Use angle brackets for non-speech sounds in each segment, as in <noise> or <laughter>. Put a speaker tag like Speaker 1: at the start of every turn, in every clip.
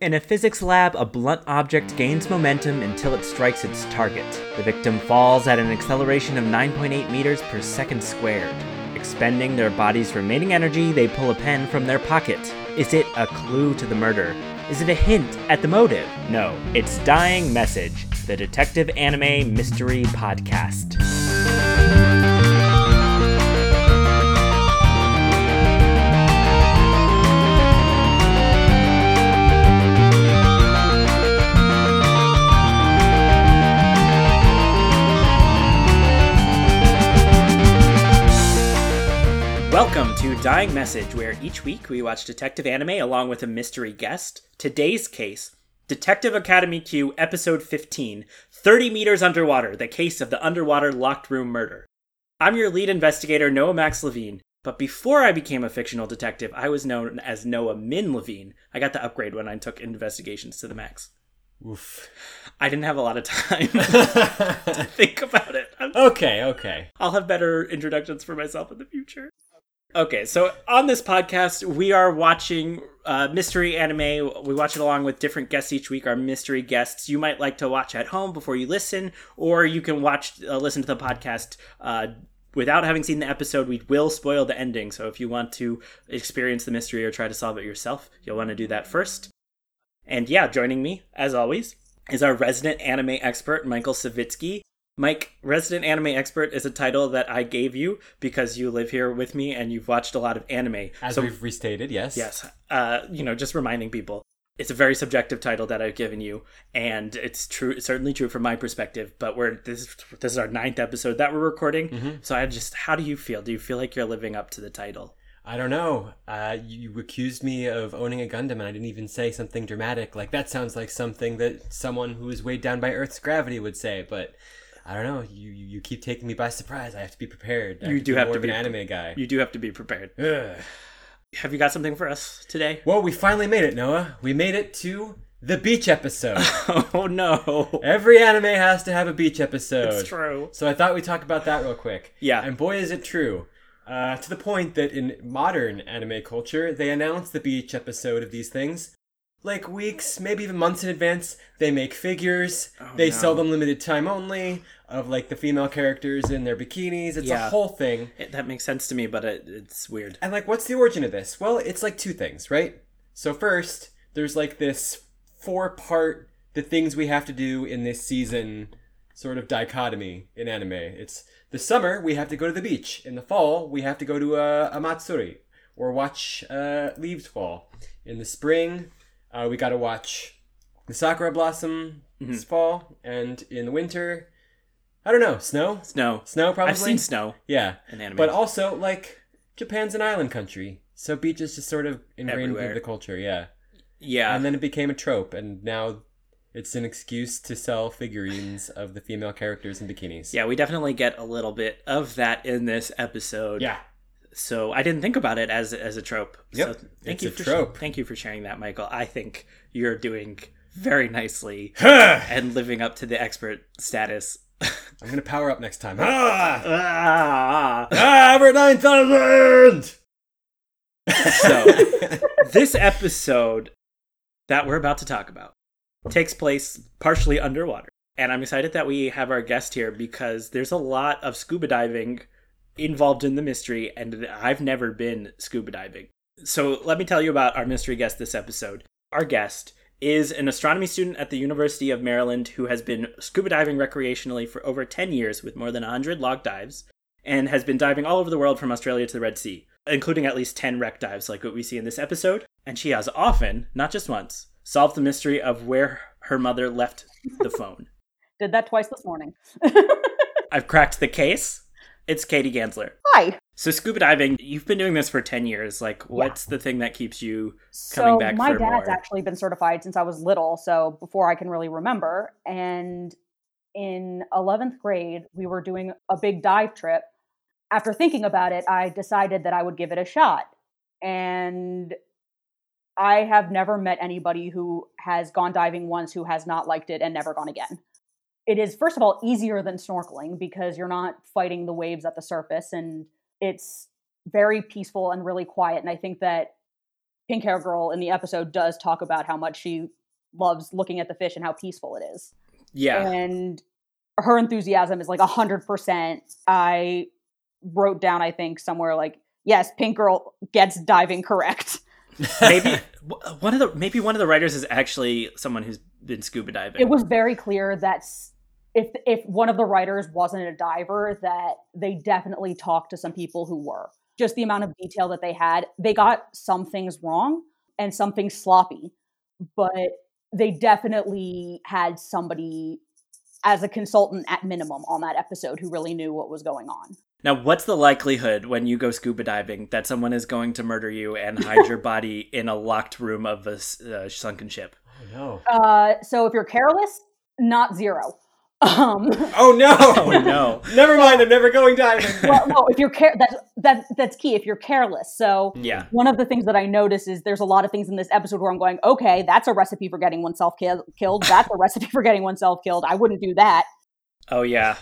Speaker 1: In a physics lab, a blunt object gains momentum until it strikes its target. The victim falls at an acceleration of 9.8 meters per second squared. Expending their body's remaining energy, they pull a pen from their pocket. Is it a clue to the murder? Is it a hint at the motive? No, it's Dying Message, the detective anime mystery podcast. Welcome to Dying Message, where each week we watch detective anime along with a mystery guest. Today's case Detective Academy Q, Episode 15 30 Meters Underwater, the case of the underwater locked room murder. I'm your lead investigator, Noah Max Levine, but before I became a fictional detective, I was known as Noah Min Levine. I got the upgrade when I took investigations to the max.
Speaker 2: Oof.
Speaker 1: I didn't have a lot of
Speaker 2: <laughs>
Speaker 1: time to think about it. I'm
Speaker 2: okay, okay.
Speaker 1: I'll have better introductions for myself in the future. Okay, so on this podcast, we are watching uh, mystery anime. We watch it along with different guests each week. Our mystery guests you might like to watch at home before you listen, or you can watch uh, listen to the podcast uh, without having seen the episode. We will spoil the ending, so if you want to experience the mystery or try to solve it yourself, you'll want to do that first. And yeah, joining me as always is our resident anime expert, Michael Savitsky. Mike, resident anime expert is a title that I gave you because you live here with me and you've watched a lot of anime.
Speaker 2: As
Speaker 1: so,
Speaker 2: we've restated, yes.
Speaker 1: yes, uh, you know, just reminding people, it's a very subjective title that I've given you, and it's true, certainly true from my perspective. But we're this, this is our ninth episode that we're recording, so I just, how do you feel? Do you feel like you're living up to the title?
Speaker 2: I don't know. Uh, you, you accused me of owning a Gundam, and I didn't even say something dramatic. Like that sounds like something that someone who is weighed down by Earth's gravity would say. But I don't know. You you you keep taking me by surprise. I have to be prepared. I
Speaker 1: You do have
Speaker 2: more
Speaker 1: to
Speaker 2: of an
Speaker 1: be-
Speaker 2: anime guy.
Speaker 1: You do have to be prepared.
Speaker 2: Ugh.
Speaker 1: Have you got something for us today? <laughs>
Speaker 2: Well, we finally made it, Noah. We made it to the
Speaker 1: <laughs>
Speaker 2: beach episode.
Speaker 1: Oh no,
Speaker 2: Every anime has to have a beach episode.
Speaker 1: it's true.
Speaker 2: So I thought we'd talk about that real quick.
Speaker 1: Yeah.
Speaker 2: And boy, is it true. Uh, to the point that in modern anime culture, they announce the beach episode of these things like weeks, maybe even months in advance. They make figures. they
Speaker 1: Oh, no.
Speaker 2: sell them limited time only of like the female characters in their bikinis. It's
Speaker 1: Yeah.
Speaker 2: a whole thing.
Speaker 1: It- that makes sense to me, but it, it's weird.
Speaker 2: And like, what's the origin of this? Well, it's like two things, right? So first, there's like this four-part the things we have to do in this season sort of dichotomy in anime. It's the summer we have to go to the beach. In the fall we have to go to a, a matsuri or watch uh, leaves fall. In the spring uh, we got to watch the sakura blossom
Speaker 1: Mm-hmm.
Speaker 2: this fall, and in the winter, I don't know, snow.
Speaker 1: Snow.
Speaker 2: Snow probably.
Speaker 1: I've seen snow
Speaker 2: Yeah.
Speaker 1: in anime.
Speaker 2: But also, like, Japan's an island country, so beaches just sort of ingrained
Speaker 1: Everywhere.
Speaker 2: into the culture, yeah.
Speaker 1: yeah,
Speaker 2: and then it became a trope, and now it's an excuse to sell figurines of the female characters in bikinis.
Speaker 1: yeah, we definitely get a little bit of that in this episode.
Speaker 2: Yeah.
Speaker 1: So I didn't think about it as as a trope. So
Speaker 2: Yep.
Speaker 1: thank
Speaker 2: It's
Speaker 1: you
Speaker 2: a
Speaker 1: for
Speaker 2: trope.
Speaker 1: thank you for sharing that, Michael. I think you're doing very nicely and living up to the expert status.
Speaker 2: <sighs> I'm gonna power up next time. Ah!
Speaker 1: Ah!
Speaker 2: ah we're 9,000! <laughs>
Speaker 1: so
Speaker 2: Oh,
Speaker 1: this episode that we're about to talk about takes place partially underwater. And I'm excited that we have our guest here because there's a lot of scuba diving involved in the mystery, and I've never been scuba diving. So let me tell you about our mystery guest this episode. Our guest is an astronomy student at the University of Maryland who has been scuba diving recreationally for over 10 years with more than 100 log dives and has been diving all over the world from Australia to the Red Sea, including at least 10 wreck dives like what we see in this episode. And she has often, not just once, solved the mystery of where her mother left the phone.
Speaker 3: Did that twice this morning.
Speaker 1: I've cracked the case. It's Katie Gansler.
Speaker 3: Hi.
Speaker 1: So scuba diving, you've been doing this for 10 years. Like what's the thing that keeps you Coming
Speaker 3: so
Speaker 1: back
Speaker 3: my
Speaker 1: for
Speaker 3: dad's
Speaker 1: more.
Speaker 3: actually been certified since I was little, so before I can really remember. And in 11th grade, we were doing a big dive trip. After thinking about it, I decided that I would give it a shot. And I have never met anybody who has gone diving once who has not liked it and never gone again. It is first of all easier than snorkeling because you're not fighting the waves at the surface and it's very peaceful and really quiet and I think that pink hair girl in the episode does talk about how much she loves looking at the fish and how peaceful it is.
Speaker 1: Yeah.
Speaker 3: Uh, And her enthusiasm is like 100%. I wrote down, I think, somewhere like, yes, Pink Girl gets diving correct.
Speaker 1: maybe w- one of the maybe one of the writers is actually someone who's been scuba diving.
Speaker 3: It was very clear that s- if, if one of the writers wasn't a diver, that they definitely talked to some people who were. Just the amount of detail that they had. They got some things wrong and some things sloppy, but they definitely had somebody as a consultant at minimum on that episode who really knew what was going on.
Speaker 1: Now, what's the likelihood when you go scuba diving that someone is going to murder you and hide <laughs> your body in a locked room of a s- uh, sunken ship?
Speaker 2: Oh no!
Speaker 3: Uh, so if you're careless, not zero. Um, <laughs>
Speaker 2: Oh
Speaker 1: <laughs> Oh
Speaker 2: no!
Speaker 1: no!
Speaker 2: <laughs> never mind. I'm never going diving.
Speaker 3: well, no, if you're care, that's that, that's key. If you're careless, so
Speaker 1: <laughs> Yeah,
Speaker 3: one of the things that I notice is there's a lot of things in this episode where I'm going, okay, that's a recipe for getting oneself kill- killed. That's a <laughs> recipe for getting oneself killed. I wouldn't do that.
Speaker 1: oh yeah,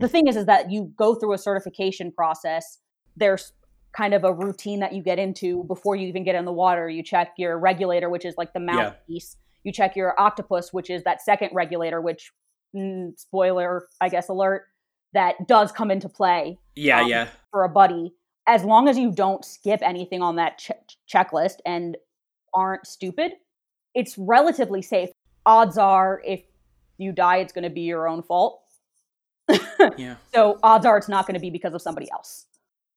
Speaker 3: the thing is is that you go through a certification process there's kind of a routine that you get into before you even get in the water you check your regulator which is like the mouthpiece you check your octopus which is that second regulator which mm, spoiler i guess alert that does come into play
Speaker 1: yeah,
Speaker 3: Um,
Speaker 1: yeah.
Speaker 3: for a buddy as long as you don't skip anything on that che- checklist and aren't stupid it's relatively safe odds are if you die it's going to be your own fault
Speaker 1: Yeah.
Speaker 3: so odds are it's not going to be because of somebody else.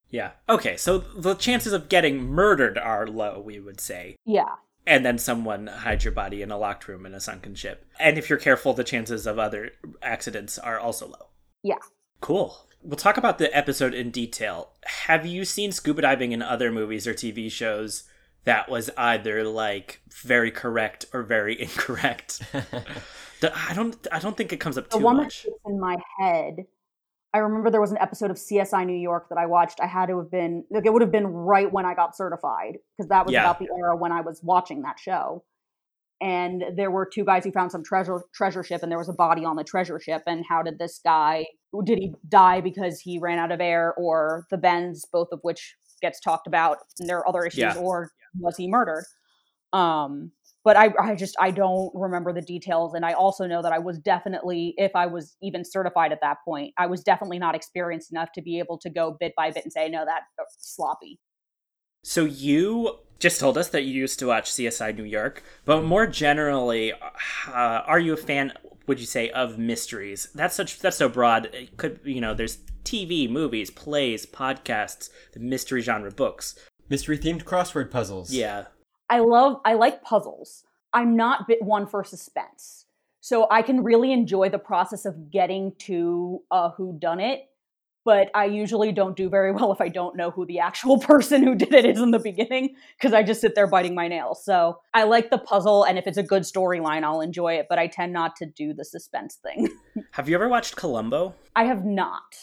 Speaker 1: Yeah. Okay, so the chances of getting murdered are low, we would say.
Speaker 3: Yeah.
Speaker 1: And then someone hides your body in a locked room in a sunken ship. And if you're careful, the chances of other accidents are also low.
Speaker 3: Yeah.
Speaker 1: Cool. We'll talk about the episode in detail. Have you seen scuba diving in other movies or TV shows that was either like very correct or very <laughs> incorrect?
Speaker 2: <laughs>
Speaker 1: The- I don't I don't think it comes up
Speaker 3: The
Speaker 1: too
Speaker 3: one
Speaker 1: much.
Speaker 3: that sits in my head, I remember there was an episode of CSI New York that I watched. I had to have been, like, it would have been right when I got certified because that was
Speaker 1: Yeah.
Speaker 3: about the era when I was watching that show. And there were two guys who found some treasure treasure ship, and there was a body on the treasure ship. And how did this guy? Did he die because he ran out of air, or the bends, both of which gets talked about, and there are other issues,
Speaker 1: Yeah.
Speaker 3: or was he murdered? um but I, I just i don't remember the details and i also know that i was definitely if i was even certified at that point i was definitely not experienced enough to be able to go bit by bit and say no that's uh, sloppy
Speaker 1: So you just told us that you used to watch CSI New York, but more generally, uh, are you a fan? Would you say of mysteries? That's such that's so broad. It could you know there's TV, movies, plays, podcasts, the mystery genre books.
Speaker 2: Mystery themed crossword puzzles.
Speaker 1: Yeah,
Speaker 3: i love i like puzzles i'm not bit one for suspense so i can really enjoy the process of getting to a who done it but i usually don't do very <laughs> well if i don't know who the actual <laughs> person who did it is in the beginning because i just sit there biting my nails so i like the puzzle and if it's a good storyline i'll enjoy it but i tend not to do the suspense thing <laughs>
Speaker 1: have you ever watched Columbo?
Speaker 3: i have not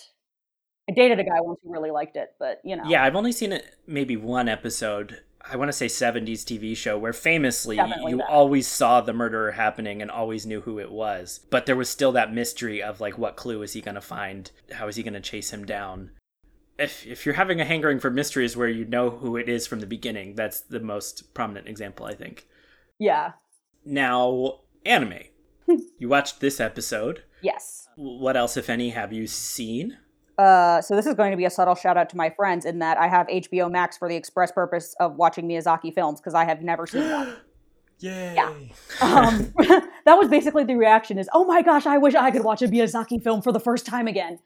Speaker 3: i dated a guy once who really liked it but you know
Speaker 1: Yeah, I've only seen it maybe one episode. I want to say 70s TV show where famously
Speaker 3: Definitely
Speaker 1: you
Speaker 3: that.
Speaker 1: always saw the murderer happening and always knew who it was. But there was still that mystery of like what clue is he going to find? How is he going to chase him down? If if you're having a hankering for mysteries where you know who it is from the beginning, that's the most prominent example, I think.
Speaker 3: yeah
Speaker 1: Now,
Speaker 3: <laughs>
Speaker 1: anime. you watched this episode.
Speaker 3: yes
Speaker 1: What else if any have you seen?
Speaker 3: Uh, so this is going to be a subtle shout out to my friends in that I have HBO Max for the express purpose of watching Miyazaki films because I have never seen one.
Speaker 1: <gasps>
Speaker 2: Yay.
Speaker 3: Um, <laughs> that was basically the reaction is, oh my gosh, I wish I could watch a Miyazaki film for the first time again.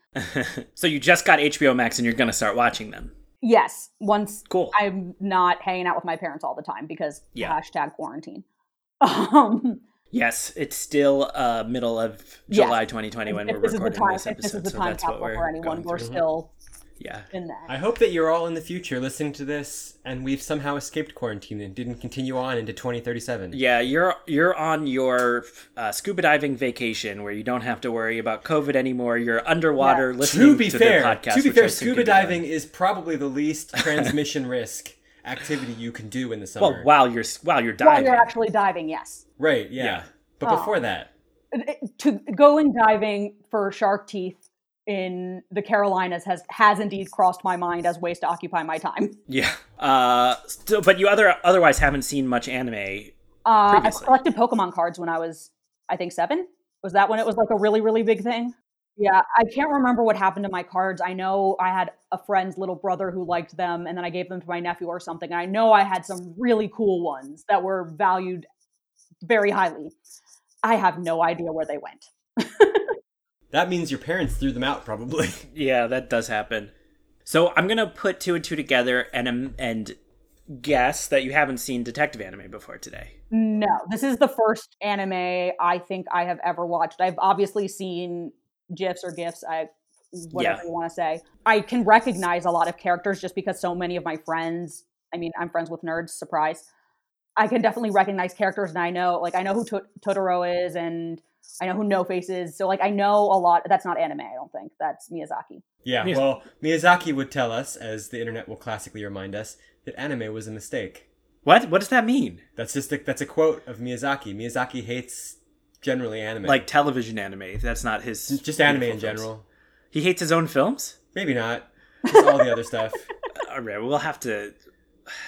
Speaker 1: so you just got HBO Max and you're going to start watching them.
Speaker 3: Yes, once
Speaker 1: Cool.
Speaker 3: I'm not hanging out with my parents all the time because
Speaker 1: Yeah.
Speaker 3: hashtag quarantine. <laughs> Um,
Speaker 1: Yes, it's still uh, middle of
Speaker 3: Yes.
Speaker 1: July 2020 when we're
Speaker 3: if this is
Speaker 1: recording
Speaker 3: the time,
Speaker 1: this
Speaker 3: if this is
Speaker 1: episode,
Speaker 3: the
Speaker 1: so
Speaker 3: time
Speaker 1: that's what
Speaker 3: capsule
Speaker 1: we're
Speaker 3: for anyone,
Speaker 1: going
Speaker 3: we're
Speaker 1: through.
Speaker 3: still
Speaker 1: Yeah,
Speaker 3: in that.
Speaker 2: I hope that you're all in the future listening to this, and we've somehow escaped quarantine and didn't continue on into 2037.
Speaker 1: yeah, you're you're on your uh, scuba diving vacation where you don't have to worry about COVID anymore. You're underwater listening
Speaker 2: To
Speaker 1: to,
Speaker 2: be
Speaker 1: the
Speaker 2: fair,
Speaker 1: podcast.
Speaker 2: to be
Speaker 1: which
Speaker 2: fair,
Speaker 1: I think you
Speaker 2: scuba
Speaker 1: do that.
Speaker 2: diving is probably the
Speaker 1: <laughs>
Speaker 2: least transmission risk activity you can do in the summer.
Speaker 1: Well, while you're while you're
Speaker 3: While
Speaker 1: diving,
Speaker 3: Oh, you're actually diving, yes.
Speaker 2: Right? Yeah.
Speaker 1: Yeah.
Speaker 2: But
Speaker 3: Oh.
Speaker 2: before that,
Speaker 3: to go in diving for shark teeth in the Carolinas has has indeed crossed my mind as ways to occupy my time.
Speaker 1: Yeah. Uh, so, but you other otherwise haven't seen much anime.
Speaker 3: Uh, I
Speaker 1: Previously.
Speaker 3: collected Pokemon cards when I was, I think, seven. Was that when it was like a really, really big thing? Yeah, I can't remember what happened to my cards. I know I had a friend's little brother who liked them, and then I gave them to my nephew or something. I know I had some really cool ones that were valued very highly. I have no idea where they went.
Speaker 2: That means your parents threw them out, probably. <laughs>
Speaker 1: Yeah, that does happen. So I'm gonna put two and two together and um, and guess that you haven't seen detective anime before today.
Speaker 3: No, this is the first anime I think I have ever watched. I've obviously seen gifs or gifs, I whatever
Speaker 1: Yeah.
Speaker 3: you want to say. I can recognize a lot of characters just because so many of my friends, I mean, I'm friends with nerds, surprise. I can definitely recognize characters and I know like I know who to- Totoro is and I know who No Face is. So like I know a lot that's not anime, I don't think. That's Miyazaki.
Speaker 2: Yeah,
Speaker 1: Miyaz-
Speaker 2: well, Miyazaki would tell us, as the internet will classically remind us, that anime was a mistake.
Speaker 1: What? What does that mean?
Speaker 2: That's just a, that's a quote of Miyazaki. Miyazaki hates generally anime,
Speaker 1: Like television anime? That's not his.
Speaker 2: just anime in
Speaker 1: beautiful films.
Speaker 2: general.
Speaker 1: He hates his own films.
Speaker 2: Maybe not. Just all the other stuff.
Speaker 1: All right, we'll have to.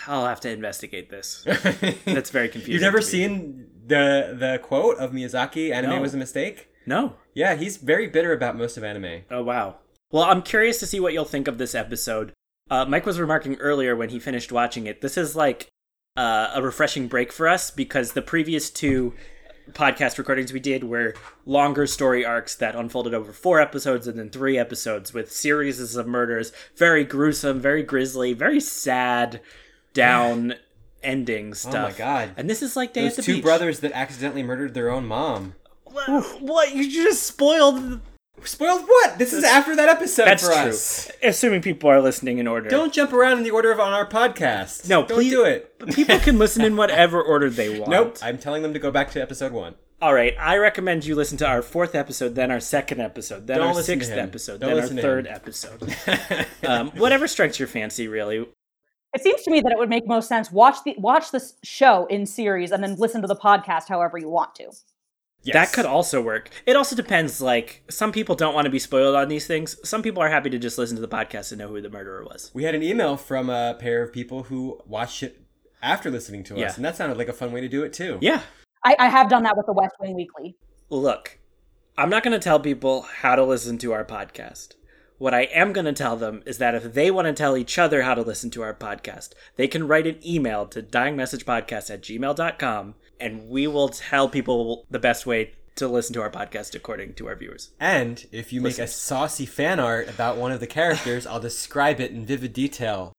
Speaker 1: I'll have to investigate
Speaker 2: <laughs>
Speaker 1: this.
Speaker 2: <laughs> That's
Speaker 1: That's very confusing.
Speaker 2: You've never
Speaker 1: to me.
Speaker 2: seen the the quote of Miyazaki, anime
Speaker 1: No.
Speaker 2: was a mistake?
Speaker 1: No.
Speaker 2: Yeah, he's very bitter about most of anime.
Speaker 1: Oh wow. Well, I'm curious to see what you'll think of this episode. Uh, Mike was remarking earlier when he finished watching it. This is like uh, a refreshing break for us because the previous two podcast recordings we did were longer story arcs that unfolded over four episodes and then three episodes with series of murders, very gruesome, very grisly, very sad,
Speaker 2: <sighs>
Speaker 1: down ending stuff.
Speaker 2: Oh my god.
Speaker 1: And this is like Day
Speaker 2: Those
Speaker 1: at the
Speaker 2: two
Speaker 1: Beach.
Speaker 2: brothers that accidentally murdered their own mom.
Speaker 1: What? what? You just spoiled.
Speaker 2: Spoiled what? This is after that episode
Speaker 1: That's
Speaker 2: for
Speaker 1: true.
Speaker 2: us.
Speaker 1: Assuming people are listening in order.
Speaker 2: Don't jump around in the order of on our podcast.
Speaker 1: No,
Speaker 2: don't
Speaker 1: please-
Speaker 2: do it.
Speaker 1: <laughs> People can listen in whatever order they want.
Speaker 2: <laughs> Nope. <laughs> I'm telling them to go back to episode <laughs> one.
Speaker 1: All right. I recommend you listen to our fourth episode, then our second episode, then
Speaker 2: Don't
Speaker 1: our
Speaker 2: listen to
Speaker 1: sixth
Speaker 2: him.
Speaker 1: episode,
Speaker 2: Don't
Speaker 1: then our
Speaker 2: listen to
Speaker 1: third
Speaker 2: him.
Speaker 1: episode. Um, whatever strikes your fancy, really.
Speaker 3: It seems to me that it would make most sense watch the watch this show in series and then listen to the podcast however you want to.
Speaker 2: Yes.
Speaker 1: That could also work. It also depends. Like some people don't want to be spoiled on these things. Some people are happy to just listen to the podcast and know who the murderer was.
Speaker 2: We had an email from a pair of people who watched it after listening to us,
Speaker 1: Yeah.
Speaker 2: and that sounded like a fun way to do it too.
Speaker 1: Yeah.
Speaker 3: I, I have done that with the West Wing Weekly.
Speaker 1: Look, I'm not going to tell people how to listen to our podcast. What I am going to tell them is that if they want to tell each other how to listen to our podcast, they can write an email to dyingmessagepodcast at gmail.com and we will tell people the best way to listen to our podcast according to our viewers.
Speaker 2: And if you make a saucy fan art about one of the characters, I'll describe it in vivid detail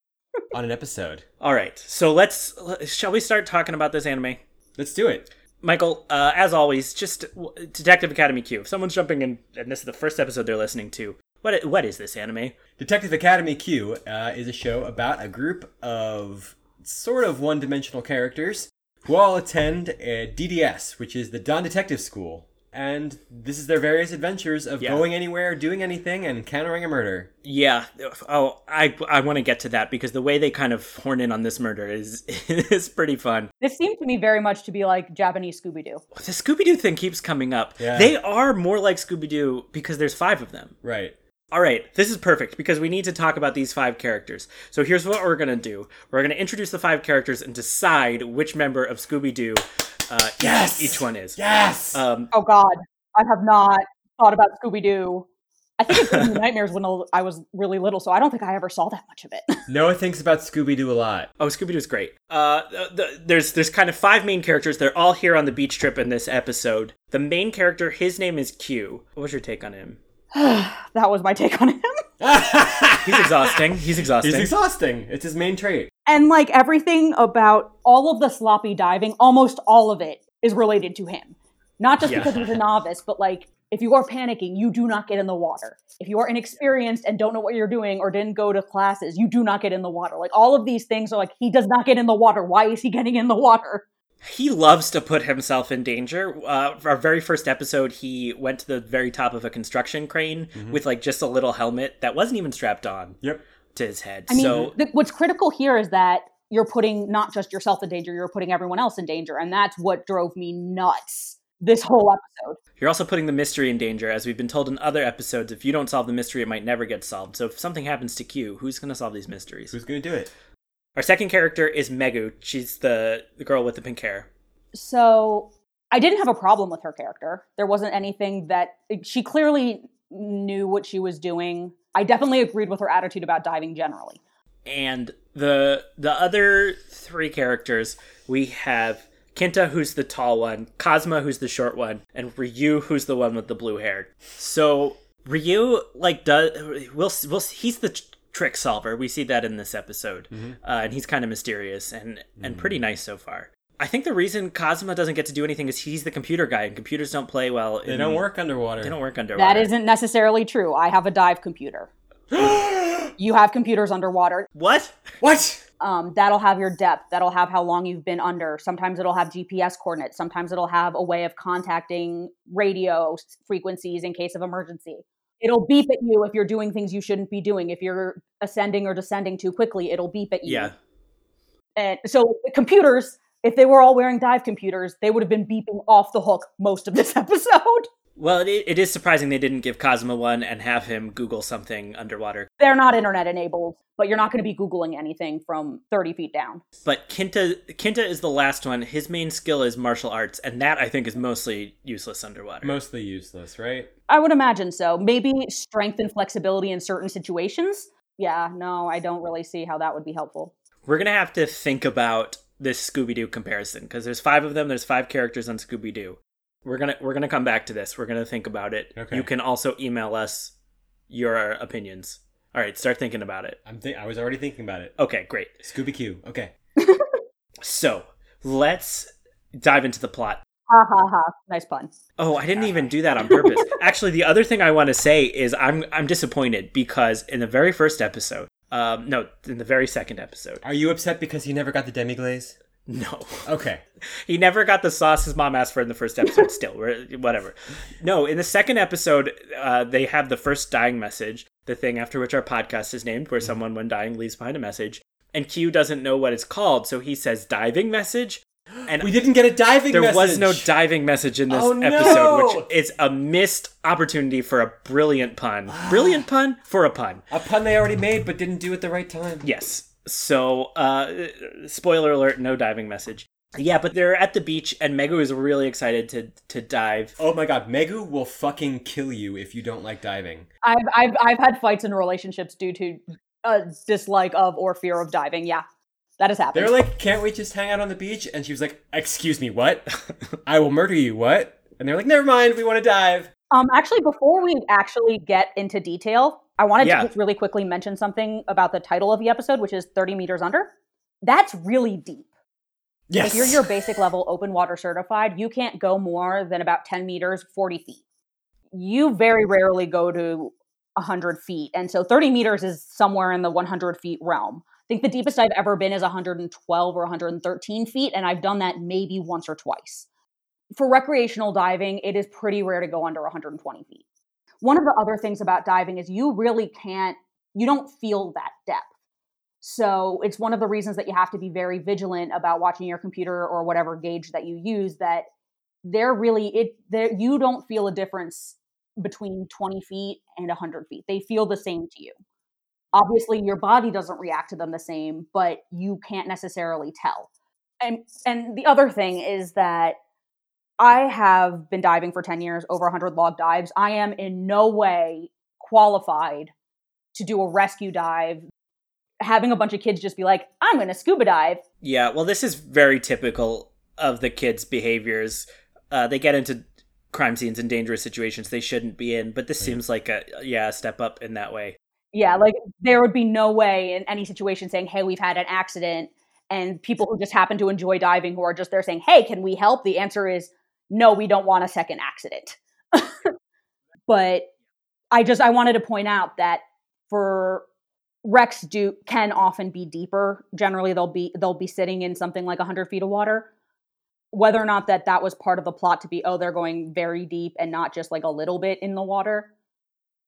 Speaker 2: on an episode.
Speaker 1: All right, so let's, shall we start talking about this anime?
Speaker 2: Let's do it.
Speaker 1: Michael, uh, as always, just w- Detective Academy Q. If someone's jumping in and this is the first episode they're listening to, what what is this anime?
Speaker 2: Detective Academy Q uh, is a show about a group of sort of one dimensional characters who all attend uh DDS, which is the Don Detective School. And this is their various adventures of
Speaker 1: Yeah.
Speaker 2: going anywhere, doing anything, and countering a murder.
Speaker 1: Yeah. Oh, I I want to get to that because the way they kind of horn in on this murder is <laughs> is pretty fun.
Speaker 3: This seemed to me very much to be like Japanese Scooby Doo.
Speaker 1: The Scooby Doo thing keeps coming up.
Speaker 2: Yeah.
Speaker 1: They are more like Scooby Doo because there's five of them.
Speaker 2: Right.
Speaker 1: All right, this is perfect because we need to talk about these five characters. So here's what we're gonna do: we're gonna introduce the five characters and decide which member of Scooby Doo uh,
Speaker 2: Yes!
Speaker 1: each, each one is.
Speaker 2: Yes!
Speaker 1: Um,
Speaker 3: Oh God, I have not thought about Scooby Doo. I think it gave me nightmares when I was really little, so I don't think I ever saw that much of it. <laughs>
Speaker 2: Noah thinks about Scooby Doo a <laughs> lot.
Speaker 1: Oh, Scooby Doo's great. Uh, the, the, there's there's kind of five main characters. They're all here on the beach trip in this episode. The main character, his name is Q. What was your take on him?
Speaker 3: that was my take on him.
Speaker 1: He's exhausting. He's exhausting.
Speaker 2: He's exhausting. It's his main trait.
Speaker 3: And like everything about all of the sloppy diving, almost all of it is related to him. Not just
Speaker 1: Yeah.
Speaker 3: because he's a novice, but like if you are panicking, you do not get in the water. If you are inexperienced and don't know what you're doing or didn't go to classes, you do not get in the water. Like all of these things are like, he does not get in the water. Why is he getting in the water?
Speaker 1: he loves to put himself in danger. Uh, for our very first episode, he went to the very top of a construction crane with like just a little helmet that wasn't even strapped on
Speaker 2: Yep.
Speaker 1: to his head.
Speaker 3: I mean,
Speaker 1: so
Speaker 3: th- what's critical here is that you're putting not just yourself in danger, you're putting everyone else in danger. And that's what drove me nuts this whole episode.
Speaker 1: You're also putting the mystery in danger. As we've been told in other episodes, if you don't solve the mystery, it might never get solved. So if something happens to Q, who's going to solve these mysteries?
Speaker 2: Who's gonna do it?
Speaker 1: Our second character is Megu. She's the, the girl with the pink hair.
Speaker 3: So I didn't have a problem with her character. There wasn't anything that she clearly knew what she was doing. I definitely agreed with her attitude about diving generally.
Speaker 1: And the the other three characters, we have Kinta, who's the tall one, Cosma, who's the short one, and Ryu, who's the one with the blue hair. So Ryu, like, does we'll we'll he's the tr- trick solver. We see that in this episode,
Speaker 2: Mm-hmm.
Speaker 1: uh, and he's kind of mysterious and
Speaker 2: Mm.
Speaker 1: and pretty nice so far. I think the reason Cosma doesn't get to do anything is he's the computer guy, and computers don't play well.
Speaker 2: They don't work underwater.
Speaker 1: They don't work underwater.
Speaker 3: That isn't necessarily true. I have a dive computer. you have computers underwater.
Speaker 1: what.
Speaker 2: <gasps> What?
Speaker 3: Um, that'll have your depth. That'll have how long you've been under. Sometimes it'll have GPS coordinates. Sometimes it'll have a way of contacting radio s- frequencies in case of emergency. It'll beep at you if you're doing things you shouldn't be doing. If you're ascending or descending too quickly, it'll beep at you.
Speaker 1: Yeah.
Speaker 3: And so the computers, if they were all wearing dive computers, they would have been beeping off the hook most of this <laughs> episode.
Speaker 1: Well, it, it is surprising they didn't give Cosmo one and have him Google something underwater.
Speaker 3: They're not internet enabled, but you're not going to be Googling anything from 30 feet down.
Speaker 1: But Kinta Kinta is the last one. His main skill is martial arts, and that I think is mostly useless underwater.
Speaker 2: Mostly useless, right?
Speaker 3: I would imagine so. Maybe strength and flexibility in certain situations. Yeah, no, I don't really see how that would be helpful.
Speaker 1: We're gonna have to think about this Scooby Doo comparison because there's five of them. There's five characters on Scooby Doo. We're gonna we're gonna come back to this. We're gonna think about it.
Speaker 2: Okay.
Speaker 1: You can also email us your opinions. All right, start thinking about it.
Speaker 2: I'm think I was already thinking about it.
Speaker 1: Okay, great.
Speaker 2: Scooby Q. Okay.
Speaker 1: So let's dive into the plot.
Speaker 3: Ha ha ha. Nice pun.
Speaker 1: Oh, I didn't even do that on purpose. Actually, the other thing I want to say is I'm I'm disappointed because in the very first episode, um, no, in the very second episode, <laughs>
Speaker 2: Are you upset because he never got the demi glaze?
Speaker 1: no,
Speaker 2: Okay.
Speaker 1: he never got the sauce his mom asked for in the first episode. Still, we're- whatever. No, in the second episode, uh, they have the first dying message, the thing after which our podcast is named, where someone when dying leaves behind a message, and Q doesn't know what it's called, so he says diving message, and
Speaker 2: We didn't get a diving
Speaker 1: There
Speaker 2: message.
Speaker 1: was no diving message in this
Speaker 2: Oh, no!
Speaker 1: episode, which is a missed opportunity for a brilliant pun.
Speaker 2: <sighs>
Speaker 1: brilliant pun for a pun.
Speaker 2: a pun they already made but didn't do at the right time.
Speaker 1: Yes. So, uh, spoiler alert: no diving message. Yeah, but they're at the beach, and Megu is really excited to to dive.
Speaker 2: Oh my god, Megu will fucking kill you if you don't like diving.
Speaker 3: I've, I've, I've had fights in relationships due to a dislike of or fear of diving. Yeah, that has happened.
Speaker 2: They're like, can't we just hang out on the beach? And she was like, excuse me, <laughs> what? I will murder you, what? And they're like, never mind, we want to dive.
Speaker 3: Um, actually, before we actually get into detail, I wanted
Speaker 1: Yeah.
Speaker 3: to just really quickly mention something about the title of the episode, which is 30 meters under. That's really deep.
Speaker 2: Yes.
Speaker 3: If you're your basic level open water certified, you can't go more than about 10 meters, 40 feet. You very rarely go to 100 feet. And so 30 meters is somewhere in the 100 feet realm. I think the deepest I've ever been is 112 or 113 feet, and I've done that maybe once or twice. For recreational diving, it is pretty rare to go under 120 feet. One of the other things about diving is you really can't, you don't feel that depth. So it's one of the reasons that you have to be very vigilant about watching your computer or whatever gauge that you use that they're really it that you don't feel a difference between 20 feet and 100 feet. They feel the same to you. Obviously your body doesn't react to them the same, but you can't necessarily tell. And and the other thing is that I have been diving for 10 years, over 100 log dives. I am in no way qualified to do a rescue dive having a bunch of kids just be like, I'm going to scuba dive.
Speaker 1: Yeah, well, this is very typical of the kids' behaviors. Uh, they get into crime scenes and dangerous situations they shouldn't be in, but this seems like a yeah a step up in that way.
Speaker 3: Yeah, like there would be no way in any situation saying, hey, we've had an accident. And people who just happen to enjoy diving who are just there saying, hey, can we help? The answer is no, we don't want a second accident. <laughs> but I just, I wanted to point out that for wrecks do can often be deeper generally they'll be they'll be sitting in something like 100 feet of water whether or not that that was part of the plot to be oh they're going very deep and not just like a little bit in the water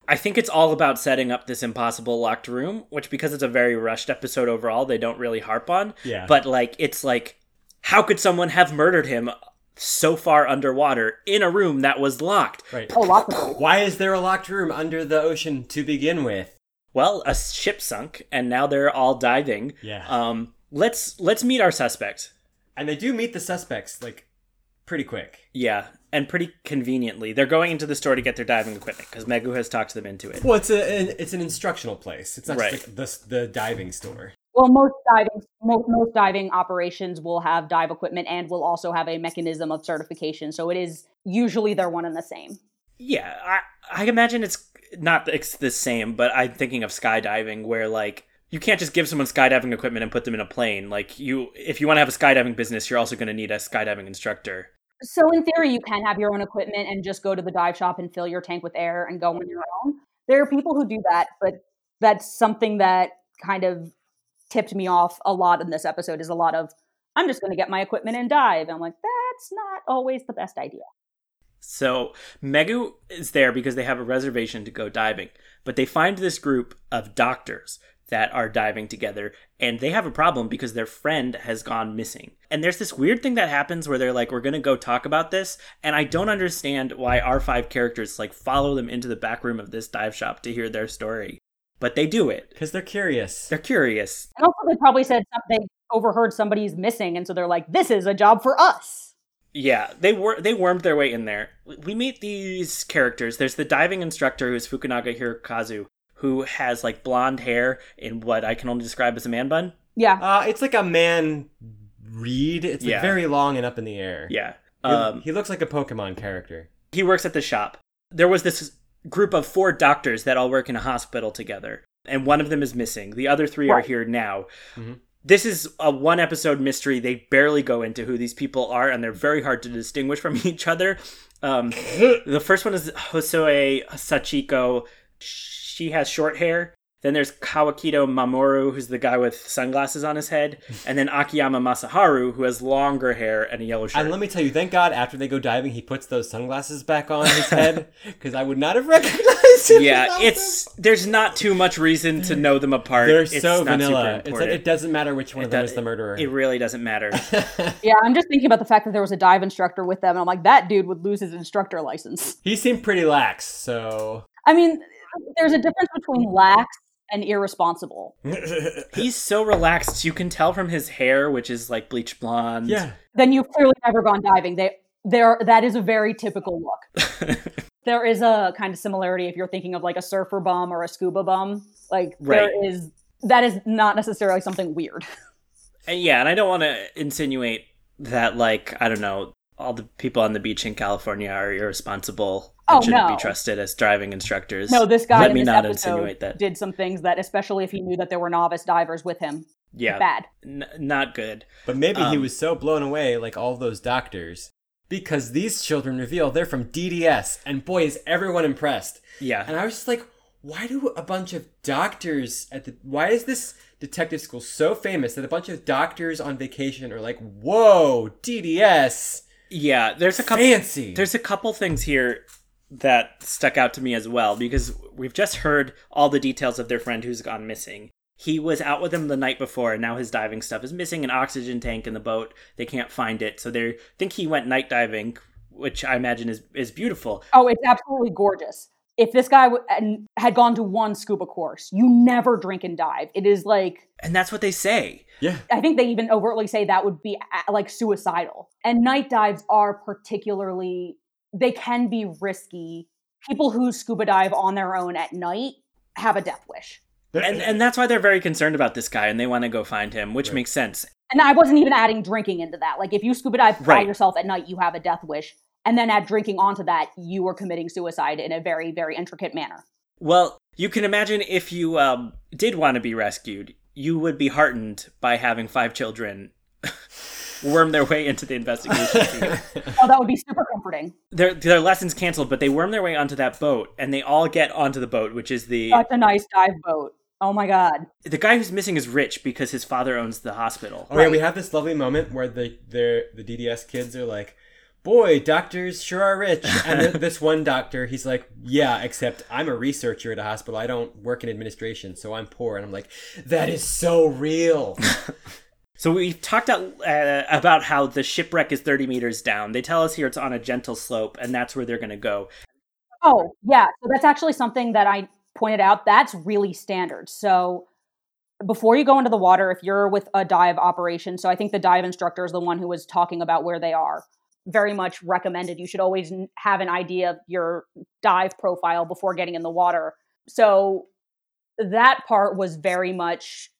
Speaker 1: I think it's all about setting up this impossible locked room, which because it's a very rushed episode overall, they don't really harp on.
Speaker 2: yeah.
Speaker 1: But like it's like how could someone have murdered him so far underwater in a room that was locked.
Speaker 2: Right.
Speaker 3: Oh, lots of things.
Speaker 2: Why is there a locked room under the ocean to begin with?
Speaker 1: Well, a ship sunk, and now they're all diving.
Speaker 2: Yeah.
Speaker 1: Um, let's let's meet our suspect.
Speaker 2: and they do meet the suspects like pretty quick.
Speaker 1: Yeah, and pretty conveniently, they're going into the store to get their diving equipment because Megu has talked them into it.
Speaker 2: Well, it's a an, it's an instructional place. It's not
Speaker 1: Right.
Speaker 2: just like the the diving store.
Speaker 3: Well, most diving most, most diving operations will have dive equipment and will also have a mechanism of certification. So it is usually they're one and the same.
Speaker 1: Yeah, I I imagine it's not the- it's the same, but I'm thinking of skydiving where like you can't just give someone skydiving equipment and put them in a plane. Like you if you want to have a skydiving business, you're also going to need a skydiving instructor.
Speaker 3: So in theory, you can have your own equipment and just go to the dive shop and fill your tank with air and go on your own. There are people who do that, but that's something that kind of tipped me off a lot in this episode is a lot of I'm just going to get my equipment and dive. I'm like, that's not always the best idea.
Speaker 1: So Megu is there because they have a reservation to go diving, but they find this group of doctors that are diving together and they have a problem because their friend has gone missing. And there's this weird thing that happens where they're like we're going to go talk about this and I don't understand why our five characters like follow them into the back room of this dive shop to hear their story. But they do it.
Speaker 2: Because they're curious.
Speaker 1: They're curious.
Speaker 3: And also, they probably said something, overheard somebody's missing. And so they're like, this is a job for us.
Speaker 1: Yeah, they were they wormed their way in there. We meet these characters. There's the diving instructor who is Fukunaga Hirokazu, who has like blonde hair in what I can only describe as a man bun.
Speaker 3: Yeah.
Speaker 2: Uh, it's like a man reed. It's like
Speaker 1: Yeah.
Speaker 2: very long and up in the air.
Speaker 1: Yeah.
Speaker 2: He,
Speaker 1: Um,
Speaker 2: he looks like a Pokemon character.
Speaker 1: he works at the shop. There was this group of four doctors that all work in a hospital together, and one of them is missing. The other three are
Speaker 3: Right.
Speaker 1: here now.
Speaker 2: Mhm.
Speaker 1: This is a one episode mystery. They barely go into who these people are, and they're very hard to distinguish from <laughs> each other. Um, the first one is Hosoe Sachiko. She has short hair. Then there's Kawakido Mamoru, who's the guy with sunglasses on his head, and then Akiyama Masaharu, who has longer hair and a yellow shirt.
Speaker 2: And let me tell you, thank God after they go diving, he puts those sunglasses back on his <laughs> head because I would not have recognized him.
Speaker 1: yeah,
Speaker 3: <laughs>
Speaker 2: without
Speaker 1: it's there's not too much reason
Speaker 3: Mm.
Speaker 1: to know them apart.
Speaker 2: them. <laughs> they're
Speaker 1: It's
Speaker 2: so
Speaker 1: not super
Speaker 2: vanilla. It's like
Speaker 1: important.
Speaker 2: it doesn't matter which one
Speaker 1: It
Speaker 2: of them
Speaker 1: does-
Speaker 2: is the murderer.
Speaker 1: It really doesn't
Speaker 2: <laughs>
Speaker 1: matter.
Speaker 3: Yeah, I'm just thinking about the fact that there was a dive instructor with them, and I'm like, that dude would lose his instructor license.
Speaker 2: he seemed pretty lax, so <laughs>
Speaker 3: I mean, there's a difference between lax and irresponsible.
Speaker 1: He's so relaxed. You can tell from his hair, which is like bleach blonde.
Speaker 2: yeah.
Speaker 3: Then you've clearly never gone diving. They there that is a very typical look.
Speaker 1: <laughs>
Speaker 3: there is a kind of similarity if you're thinking of like a surfer bum or a scuba bum. Like
Speaker 1: Right.
Speaker 3: there is that is not necessarily something weird.
Speaker 1: <laughs> And yeah, and I don't want to insinuate that like I don't know all the people on the beach in California are irresponsible and
Speaker 3: Oh,
Speaker 1: shouldn't
Speaker 3: no.
Speaker 1: be trusted as driving instructors.
Speaker 3: No, this guy
Speaker 1: Let
Speaker 3: in
Speaker 1: me
Speaker 3: this
Speaker 1: not
Speaker 3: episode
Speaker 1: insinuate that.
Speaker 3: did some things that especially if he knew that there were novice divers with him.
Speaker 1: yeah,
Speaker 3: Bad.
Speaker 1: n- not good.
Speaker 2: But maybe he
Speaker 1: Um,
Speaker 2: was so blown away, like all those doctors, because these children reveal they're from DDS, and boy, is everyone impressed.
Speaker 1: Yeah,
Speaker 2: And I was just like, why do a bunch of doctors at the. Why is this detective school so famous that a bunch of doctors on vacation are like, whoa, DDS,
Speaker 1: yeah. There's a couple.
Speaker 2: fancy?
Speaker 1: There's a couple things here that stuck out to me as well because we've just heard all the details of their friend who's gone missing. He was out with them the night before, and now his diving stuff is missing an oxygen tank in the boat. They can't find it, so they think he went night diving, which I imagine is is beautiful.
Speaker 3: Oh, it's absolutely gorgeous. If this guy w- and had gone to one scuba course, you never drink and dive. It is like
Speaker 1: And that's what they say.
Speaker 2: yeah.
Speaker 3: I think they even overtly say that would be a- like suicidal. And night dives are particularly they can be risky. People who scuba dive on their own at night have a death wish.
Speaker 1: And and that's why they're very concerned about this guy and they want to go find him, which
Speaker 2: Right.
Speaker 1: makes sense.
Speaker 3: And I wasn't even adding drinking into that. Like if you scuba dive
Speaker 1: Right.
Speaker 3: by yourself at night, you have a death wish. And then add drinking onto that, you are committing suicide in a very, very intricate manner.
Speaker 1: Well, you can imagine if you um, did want to be rescued, you would be heartened by having five children <laughs> worm their way into the investigation. team.
Speaker 3: Oh, that would be super comforting.
Speaker 1: their their lessons canceled, but they worm their way onto that boat, and they all get onto the boat, which is the
Speaker 3: Such a nice dive boat. Oh my god.
Speaker 1: the guy who's missing is rich because his father owns the hospital.
Speaker 2: Oh yeah, we have this lovely moment where the the the DDS kids are like, "Boy, doctors sure are
Speaker 1: <laughs>
Speaker 2: rich." And then this one doctor, he's like, "Yeah, except I'm a researcher at a hospital.
Speaker 1: <laughs>
Speaker 2: I don't work in administration, so I'm poor." And I'm like, "That is so real."
Speaker 1: So we've talked out, uh, about how the shipwreck is 30 meters down. They tell us here it's on a gentle slope, and that's where they're going to go.
Speaker 3: Oh, yeah. So that's actually something that I pointed out. That's really standard. So before you go into the water, if you're with a dive operation, so I think the dive instructor is the one who was talking about where they are. Very much recommended. You should always n- have an idea of your dive profile before getting in the water. So that part was very much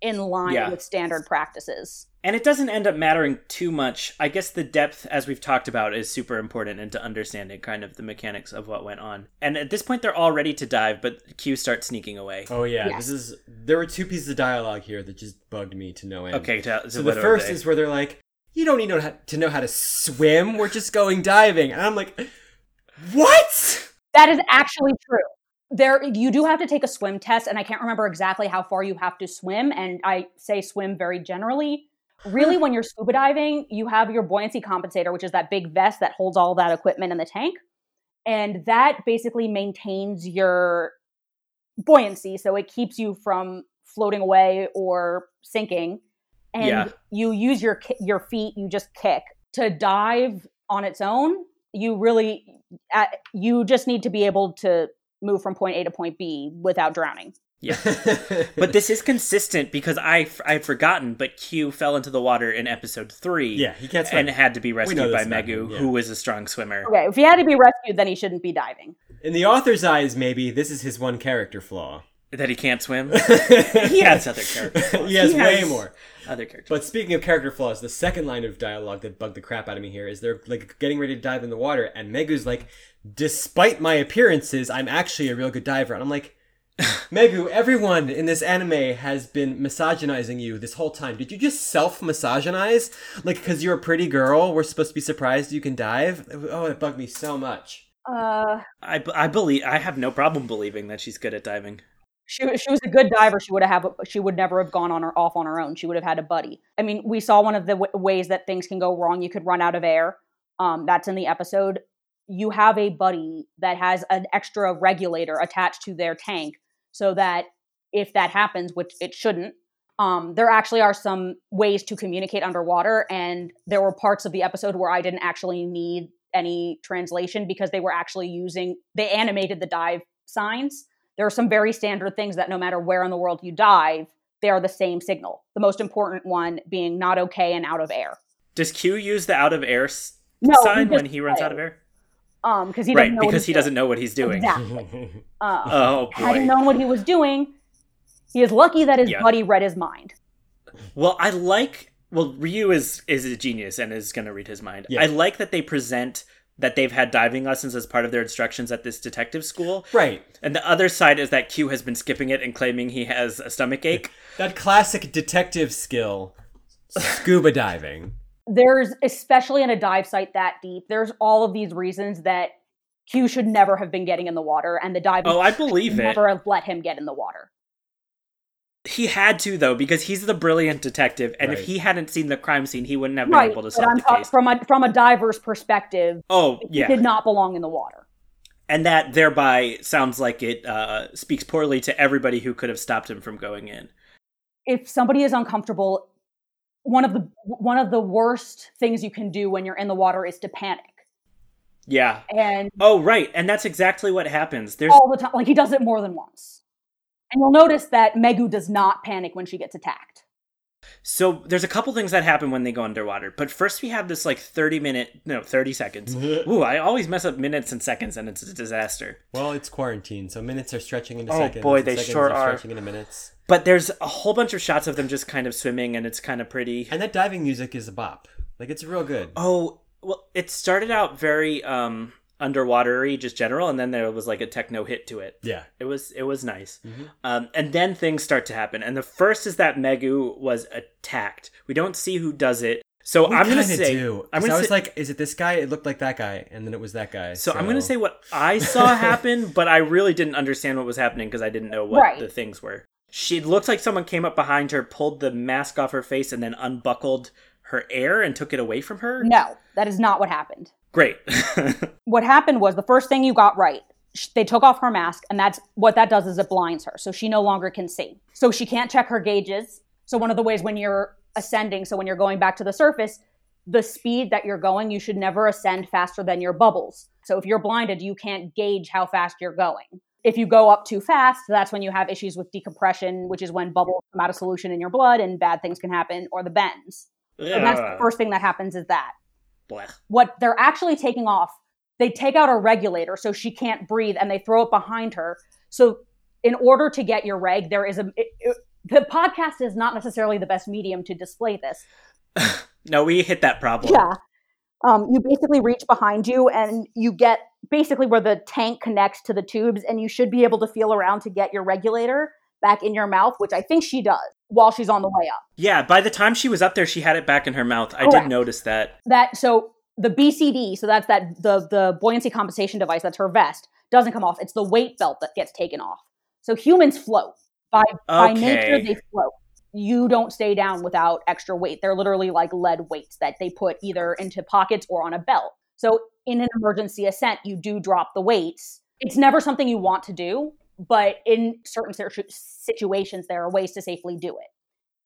Speaker 3: in line
Speaker 1: Yeah.
Speaker 3: with standard practices.
Speaker 1: And it doesn't end up mattering too much. I guess the depth, as we've talked about, is super important into understanding kind of the mechanics of what went on. And at this point, they're all ready to dive, but Q starts sneaking away.
Speaker 2: Oh yeah,
Speaker 3: Yes.
Speaker 2: this is. There were two pieces of dialogue here that just bugged me to no end.
Speaker 1: Okay, tell,
Speaker 2: So the first is where they're like, "You don't need to know how- to know how to swim. We're just going diving," and I'm like, "What?"
Speaker 3: That is actually true. There you do have to take a swim test and I can't remember exactly how far you have to swim and I say swim very generally. Really when you're scuba diving, you have your buoyancy compensator, which is that big vest that holds all that equipment in the tank. And that basically maintains your buoyancy, so it keeps you from floating away or sinking. And
Speaker 1: Yeah.
Speaker 3: you use your ki- your feet, you just kick to dive on its own. You really at, you just need to be able to move from point A to point B without drowning.
Speaker 1: <laughs>
Speaker 2: <laughs>
Speaker 1: but this is consistent because I I've forgotten, but Q fell into the water in episode three.
Speaker 2: yeah, he can't swim.
Speaker 1: And had to be rescued by
Speaker 2: this about
Speaker 1: Megu,
Speaker 2: him, yeah.
Speaker 1: who was a strong swimmer.
Speaker 3: Okay, if he had to be rescued, then he shouldn't be diving.
Speaker 2: In the author's eyes, maybe this is his one
Speaker 1: <laughs>
Speaker 2: character flaw.
Speaker 1: That he can't
Speaker 2: <laughs>
Speaker 1: swim.
Speaker 2: he
Speaker 1: has other character flaws.
Speaker 2: <laughs> he has
Speaker 1: He
Speaker 2: way
Speaker 1: has-
Speaker 2: more.
Speaker 1: Other characters.
Speaker 2: But speaking of character flaws, the second line of dialogue that bugged the crap out of me here is they're like getting ready to dive in the water, and Megu's like, "Despite my appearances, I'm actually a real good diver." And I'm like,
Speaker 1: <laughs>
Speaker 2: "Megu, everyone in this anime has been misogynizing you this whole time. Did you just self misogynize? Like, because you're a pretty girl, we're supposed to be surprised you can dive? Oh, it bugged me so much."
Speaker 3: Uh,
Speaker 1: I, I believe I have no problem believing that she's good at diving.
Speaker 3: she wa- she was a good diver. She would have she would never have gone on her off on her own. She would have had a buddy. I mean, we saw one of the w- ways that things can go wrong. You could run out of air. Um, that's in the episode. You have a buddy that has an extra regulator attached to their tank, so that if that happens, which it shouldn't, um, there actually are some ways to communicate underwater. And there were parts of the episode where I didn't actually need any translation because they were actually using they animated the dive signs there are some very standard things that no matter where in the world you dive, they are the same signal. The most important one being not okay and out of air.
Speaker 1: Does Q use the out of air s-
Speaker 3: No,
Speaker 1: sign
Speaker 3: because,
Speaker 1: when he runs out of air?
Speaker 3: um, because he doesn't
Speaker 1: right,
Speaker 3: know what
Speaker 1: because
Speaker 3: he's
Speaker 1: he doesn't know what he's doing.
Speaker 3: Exactly. Uh,
Speaker 1: Oh
Speaker 3: had he
Speaker 1: boy.
Speaker 3: known what he was doing, he is lucky that his
Speaker 1: Yeah.
Speaker 3: buddy read his mind.
Speaker 1: Well, I like. Well, Ryu is is a genius and is going to read his mind.
Speaker 2: Yeah.
Speaker 1: I like that they present that they've had diving lessons as part of their instructions at this detective school,
Speaker 2: <laughs> right.
Speaker 1: and the other side is that Q has been skipping it and claiming he has a stomach ache.
Speaker 2: That classic detective skill, scuba diving.
Speaker 3: There's especially in a dive site that deep. There's all of these reasons that Q should never have been getting in the water, and the dive
Speaker 1: Oh, I believe it.
Speaker 3: never have let him get in the water.
Speaker 1: He had to though because he's the brilliant detective, and if
Speaker 2: Right.
Speaker 1: he hadn't seen the crime scene, he wouldn't have been
Speaker 3: Right,
Speaker 1: able to
Speaker 3: but
Speaker 1: solve
Speaker 3: I'm
Speaker 1: the
Speaker 3: talking
Speaker 1: case.
Speaker 3: from a from a diver's perspective.
Speaker 1: Oh
Speaker 3: He
Speaker 1: yeah,
Speaker 3: did not belong in the water.
Speaker 1: and that thereby sounds like it uh, speaks poorly to everybody who could have stopped him from going in.
Speaker 3: if somebody is uncomfortable one of the one of the worst things you can do when you're in the water is to panic
Speaker 1: Yeah.
Speaker 3: and
Speaker 1: Oh right, and that's exactly what happens. There's
Speaker 3: all the time like he does it more than once and you'll notice that megu does not panic when she gets attacked
Speaker 1: So there's a couple things that happen when they go underwater. But first we have this like 30 minute, no, 30 seconds. Ooh, I always mess up minutes and seconds and it's a disaster.
Speaker 2: Well, it's quarantine, so minutes are stretching into
Speaker 1: Oh,
Speaker 2: seconds.
Speaker 1: boy,
Speaker 2: and
Speaker 1: they
Speaker 2: seconds
Speaker 1: sure are.
Speaker 2: Stretching into minutes.
Speaker 1: But there's a whole bunch of shots of them just kind of swimming and it's kind of pretty.
Speaker 2: And that diving music is a bop. Like it's real good.
Speaker 1: Oh, well, it started out very um underwatery just general and then there was like a techno hit to it.
Speaker 2: Yeah.
Speaker 1: It was it was nice.
Speaker 2: Mhm.
Speaker 1: Um, and then things start to happen. And the first is that Megu was attacked. We don't see who does it. So
Speaker 2: We
Speaker 1: I'm going to
Speaker 2: kinda
Speaker 1: say
Speaker 2: do.
Speaker 1: I'm
Speaker 2: 'Cause
Speaker 1: gonna
Speaker 2: I was
Speaker 1: say-
Speaker 2: like, is it this guy? It looked like that guy, and then it was that guy.
Speaker 1: So, I'm going to say what I
Speaker 2: <laughs>
Speaker 1: saw happen, but I really didn't understand what was happening because I didn't know what
Speaker 3: Right.
Speaker 1: the things were. She it looked like someone came up behind her, pulled the mask off her face, and then unbuckled her air and took it away from her.
Speaker 3: no that is not what happened
Speaker 1: Great. <laughs>
Speaker 3: what happened was <laughs> the first thing you got right sh- they took off her mask and that's what that does is it blinds her so she no longer can see so she can't check her gauges so one of the ways when you're ascending. So when you're going back to the surface, the speed that you're going, you should never ascend faster than your bubbles. So if you're blinded, you can't gauge how fast you're going. If you go up too fast, that's when you have issues with decompression, which is when bubbles come out of solution in your blood and bad things can happen, or the bends. So that's the
Speaker 1: Ugh.
Speaker 3: first thing that happens is that.
Speaker 1: Ah, Blech.
Speaker 3: What they're actually taking off, they take out a regulator so she can't breathe and they throw it behind her. So, in order to get your reg, there is a. it- it- the podcast is not necessarily the best medium to display this.
Speaker 1: No, we hit that problem.
Speaker 3: Yeah. Um, you basically reach behind you and you get basically where the tank connects to the tubes, and you should be able to feel around to get your regulator back in your mouth, which I think she does while she's on the way up.
Speaker 1: Yeah, by the time she was up there, she had it back in her mouth. I
Speaker 3: Correct.
Speaker 1: did notice that.
Speaker 3: That so the BCD, so that's that the the buoyancy compensation device, that's her vest, doesn't come off. It's the weight belt that gets taken off. So humans float. By by nature
Speaker 1: Okay.
Speaker 3: they float. You don't stay down without extra weight. They're literally like lead weights that they put either into pockets or on a belt. So in an emergency ascent, you do drop the weights. It's never something you want to do, but in certain situ- situations there are ways to safely do it.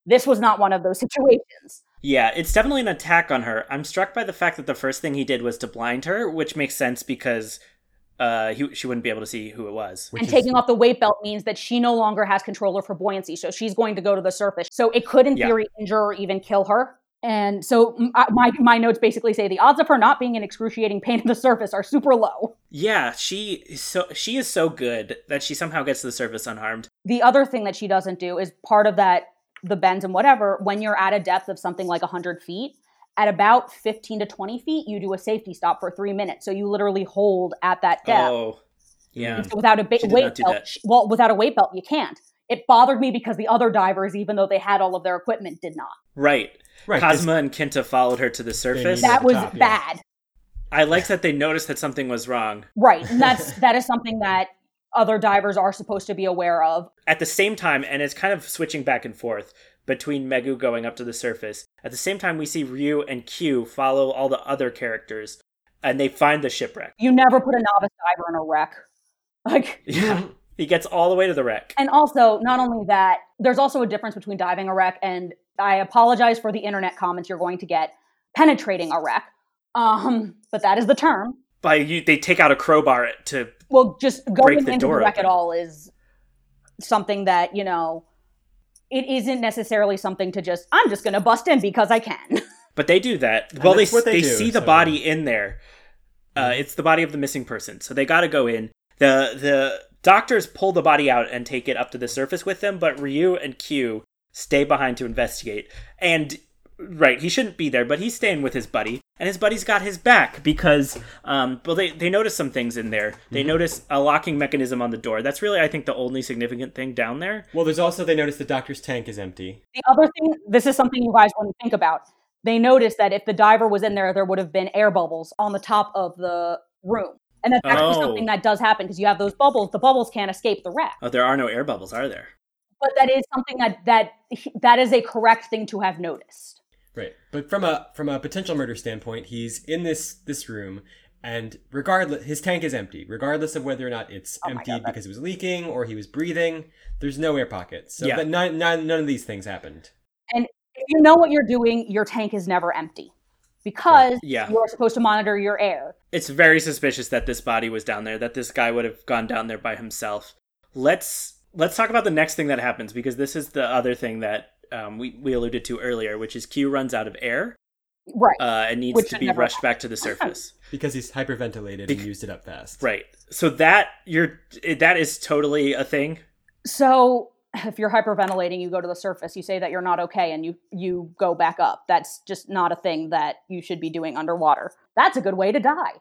Speaker 3: This was not one of those <laughs> situations.
Speaker 1: Yeah, it's definitely an attack on her. I'm struck by the fact that the first thing he did was to blind her, which makes sense because uh, he, she wouldn't be able to see who it was.
Speaker 2: Which
Speaker 3: and
Speaker 2: is-
Speaker 3: taking off the weight belt means that she no longer has control of her buoyancy. So she's going to go to the surface. So it could, in
Speaker 1: Yeah.
Speaker 3: theory, injure or even kill her. And so m- I- my, my notes basically say the odds of her not being in excruciating pain <laughs> at the surface are super low.
Speaker 1: Yeah, she is so she is so good that she somehow gets to the surface unharmed.
Speaker 3: The other thing that she doesn't do is part of that, the bends and whatever, when you're at a depth of something like 100 feet, at about 15 to 20 feet, you do a safety stop for three minutes. So you literally hold at that depth.
Speaker 1: Oh, yeah.
Speaker 3: And so without a ba-
Speaker 1: She did
Speaker 3: weight
Speaker 1: not do
Speaker 3: belt,
Speaker 1: that.
Speaker 3: sh- well, without a weight belt, you can't. It bothered me because the other divers, even though they had all of their equipment, did not.
Speaker 1: Right.
Speaker 2: Right.
Speaker 1: Cosma and Kinta followed her to the surface.
Speaker 2: Yeah,
Speaker 3: That
Speaker 2: the
Speaker 3: was
Speaker 2: top, yeah.
Speaker 3: bad,
Speaker 1: I like that they noticed that something was wrong.
Speaker 3: right?
Speaker 1: <laughs>
Speaker 3: And that's that is something that other divers are supposed to be aware of.
Speaker 1: At the same time, and it's kind of switching back and forth between Megu going up to the surface. At the same time, we see Ryu and Q follow all the other characters, and they find the shipwreck.
Speaker 3: You never put a novice diver in a wreck, like.
Speaker 1: Yeah, <laughs> he gets all the way to the wreck.
Speaker 3: And also, not only that, there's also a difference between diving a wreck and I apologize for the internet comments you're going to get penetrating a wreck. Um, but that is the term.
Speaker 1: By you, they take out a crowbar to
Speaker 3: Well, just
Speaker 1: Break
Speaker 3: going
Speaker 1: the
Speaker 3: into the
Speaker 1: door
Speaker 3: wreck at
Speaker 1: open.
Speaker 3: all is something that, you know, it isn't necessarily something to just, I'm just going to bust in because I can. <laughs>
Speaker 1: But they do that. well, they
Speaker 2: that's what
Speaker 1: they,
Speaker 2: they do,
Speaker 1: see the
Speaker 2: so-
Speaker 1: body in there. Uh, it's the body of the missing person, so they got to go in. the The doctors pull the body out and take it up to the surface with them, but Ryu and Q stay behind to investigate. And right, he shouldn't be there, but he's staying with his buddy, and his buddy's got his back because um, well, they they notice some things in there.
Speaker 2: Mm-hmm.
Speaker 1: They notice a locking mechanism on the door. That's really, I think, the only significant thing down there.
Speaker 2: Well, there's also they notice the doctor's tank is empty.
Speaker 3: the other thing, this is something you guys wouldn't think about. They noticed that if the diver was in there, there would have been air bubbles on the top of the room. And that's actually
Speaker 1: Oh.
Speaker 3: something that does happen because you have those bubbles. The bubbles can't escape the wreck.
Speaker 1: Oh, there are no air bubbles, are there?
Speaker 3: But that is something that that that is a correct thing to have noticed.
Speaker 2: Right. But from a from a potential murder standpoint, he's in this this room and regardless his tank is empty, regardless of whether or not it's
Speaker 3: Oh my
Speaker 2: empty
Speaker 3: God, that-
Speaker 2: because it was leaking or he was breathing, there's no air pockets. So
Speaker 1: Yeah.
Speaker 2: that none, none none of these things happened.
Speaker 3: If you know what you're doing, your tank is never empty because
Speaker 1: Yeah.
Speaker 3: you are supposed to monitor your air.
Speaker 1: it's very suspicious that this body was down there that this guy would have gone down there by himself let's let's talk about the next thing that happens because this is the other thing that um, we, we alluded to earlier which is q runs out of air
Speaker 3: Right.
Speaker 1: uh, and needs
Speaker 3: Which
Speaker 1: to
Speaker 3: should
Speaker 1: be
Speaker 3: never
Speaker 1: rushed back to the surface
Speaker 2: Because he's hyperventilated and
Speaker 1: Bec-
Speaker 2: used it up fast.
Speaker 1: right so that you're that is totally a thing
Speaker 3: So if you're hyperventilating, you go to the surface, you say that you're not okay, and you you go back up. That's just not a thing that you should be doing underwater. That's a good way to die. <laughs>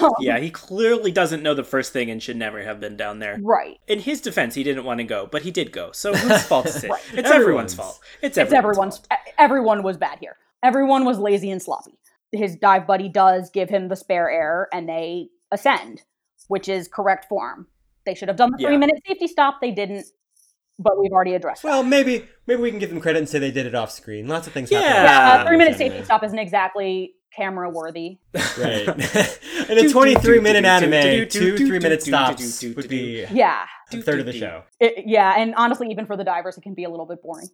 Speaker 3: Um,
Speaker 1: yeah he clearly doesn't know the first thing and should never have been down there
Speaker 3: Right.
Speaker 1: in his defense he didn't want to go but he did go so whose fault is it
Speaker 3: <laughs> Right.
Speaker 1: it's everyone's,
Speaker 2: Everyone's.
Speaker 1: fault it's
Speaker 3: It's
Speaker 1: everyone's,
Speaker 3: everyone's.
Speaker 1: fault.
Speaker 3: e- Everyone was bad here. Everyone was lazy and sloppy. His dive buddy does give him the spare air, and they ascend, which is correct form. They should have done the
Speaker 1: Yeah.
Speaker 3: three minute safety stop. They didn't, but we've already addressed. that.
Speaker 2: Well, maybe maybe we can give them credit and say they did it off screen. Lots of things
Speaker 1: Yeah.
Speaker 2: happened.
Speaker 1: Yeah,
Speaker 3: Uh,
Speaker 1: Uh,
Speaker 3: three minute
Speaker 2: Anyway.
Speaker 3: safety stop isn't exactly
Speaker 1: <laughs>
Speaker 3: camera worthy.
Speaker 2: Right. <laughs> and a 23 minute anime, two three minute stops would be
Speaker 3: Yeah.
Speaker 2: a third of the show.
Speaker 3: It, yeah. And honestly, even for the divers, it can be a little bit boring.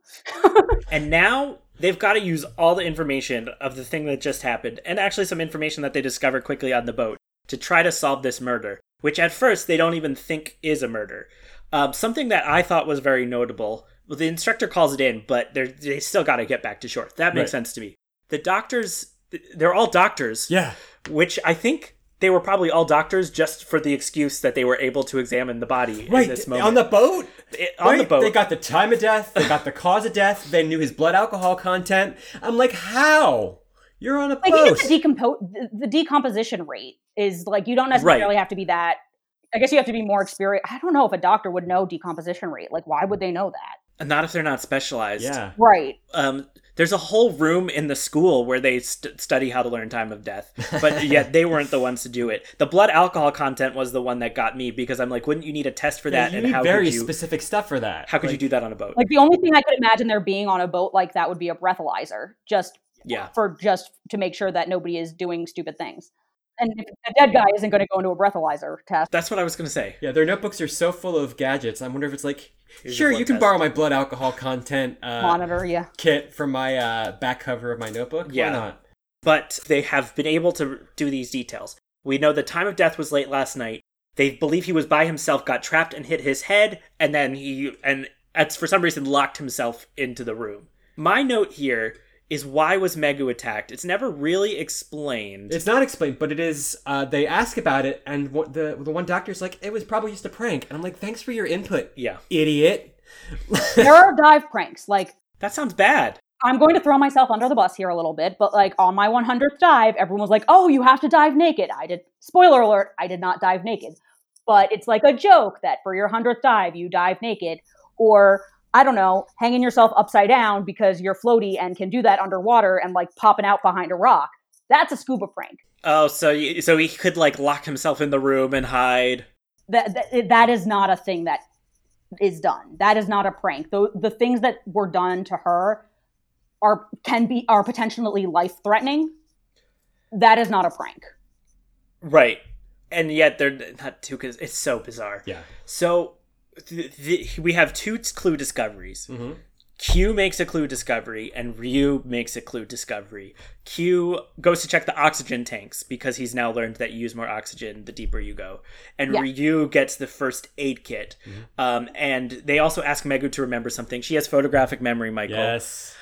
Speaker 1: And now they've got to use all the information of the thing that just happened, and actually some information that they discover quickly on the boat to try to solve this murder, which at first they don't even think is a murder. Um, something that I thought was very notable. Well, the instructor calls it in, but they're, they still got to get back to shore. That makes
Speaker 2: Right.
Speaker 1: sense to me. The doctors, they're all doctors,
Speaker 2: Yeah.
Speaker 1: which I think they were probably all doctors just for the excuse that they were able to examine the body in this
Speaker 2: Right.
Speaker 1: moment.
Speaker 2: On the boat?
Speaker 1: It- on the
Speaker 2: Right?
Speaker 1: boat.
Speaker 2: They got the time of death, they
Speaker 1: <laughs>
Speaker 2: got the cause of death, they knew his blood alcohol content. I'm like, how? You're on a
Speaker 3: Like even
Speaker 2: boat.
Speaker 3: the, decompo- the, the decomposition rate is like, you don't necessarily have to be that. I guess you have to be more experienced. I don't know if a doctor would know decomposition rate. Like, why would they know that?
Speaker 1: Not if they're not specialized.
Speaker 2: yeah.
Speaker 3: Right.
Speaker 1: um, there's a whole room in the school where they st- study how to learn time of death,
Speaker 2: <laughs>
Speaker 1: but yet they weren't the ones to do it. The blood alcohol content was the one that got me because I'm like, wouldn't you need a test for that?
Speaker 2: you
Speaker 1: and
Speaker 2: need
Speaker 1: how
Speaker 2: very
Speaker 1: could you
Speaker 2: specific stuff for that.
Speaker 1: how could you
Speaker 2: Like,
Speaker 1: do that on a boat?
Speaker 3: Like the only thing I could imagine there being on a boat like that would be a breathalyzer, just
Speaker 1: yeah,
Speaker 3: for just to make sure that nobody is doing stupid things. And if a dead guy isn't going to go into a breathalyzer test,
Speaker 1: that's what I was gonna say.
Speaker 2: Yeah, their notebooks are so full of gadgets. I wonder if it's like,
Speaker 1: Here's
Speaker 2: sure,
Speaker 1: your blood
Speaker 2: you can
Speaker 1: test.
Speaker 2: borrow my blood alcohol content uh,
Speaker 3: monitor, yeah.
Speaker 2: kit from my uh, back cover of my notebook.
Speaker 1: Yeah.
Speaker 2: Why not?
Speaker 1: But they have been able to do these details. We know the time of death was late last night. They believe he was by himself, got trapped and hit his head, and then he and that's for some reason locked himself into the room. My note here is why was Megu attacked? It's never really explained.
Speaker 2: It's not explained, but it is. Uh, they ask about it, and what the the one doctor's like, it was probably just a prank, and I'm like, thanks for your input,
Speaker 1: Yeah.
Speaker 2: idiot.
Speaker 3: there are dive pranks. Like,
Speaker 1: That sounds bad.
Speaker 3: I'm going to throw myself under the bus here a little bit, but like on my 100th dive, everyone was like, oh, you have to dive naked. I did, spoiler alert, I did not dive naked. But it's like a joke that for your 100th dive, you dive naked. Or, I don't know, hanging yourself upside down because you're floaty and can do that underwater and like popping out behind a rock. That's a scuba prank.
Speaker 1: Oh, so you, so he could like lock himself in the room and hide.
Speaker 3: that, that that is not a thing that is done. That is not a prank. The the things that were done to her are can be are potentially life threatening. That is not a prank.
Speaker 1: Right. And yet they're not too cuz it's so bizarre.
Speaker 2: yeah.
Speaker 1: So th- th- we have two t- clue discoveries.
Speaker 2: hmm
Speaker 1: Q makes a clue discovery and Ryu makes a clue discovery. Q goes to check the oxygen tanks because he's now learned that you use more oxygen the deeper you go. And
Speaker 3: Yeah.
Speaker 1: Ryu gets the first aid kit. Um, and they also ask Megu to remember something. She has photographic memory, Michael.
Speaker 2: Yes.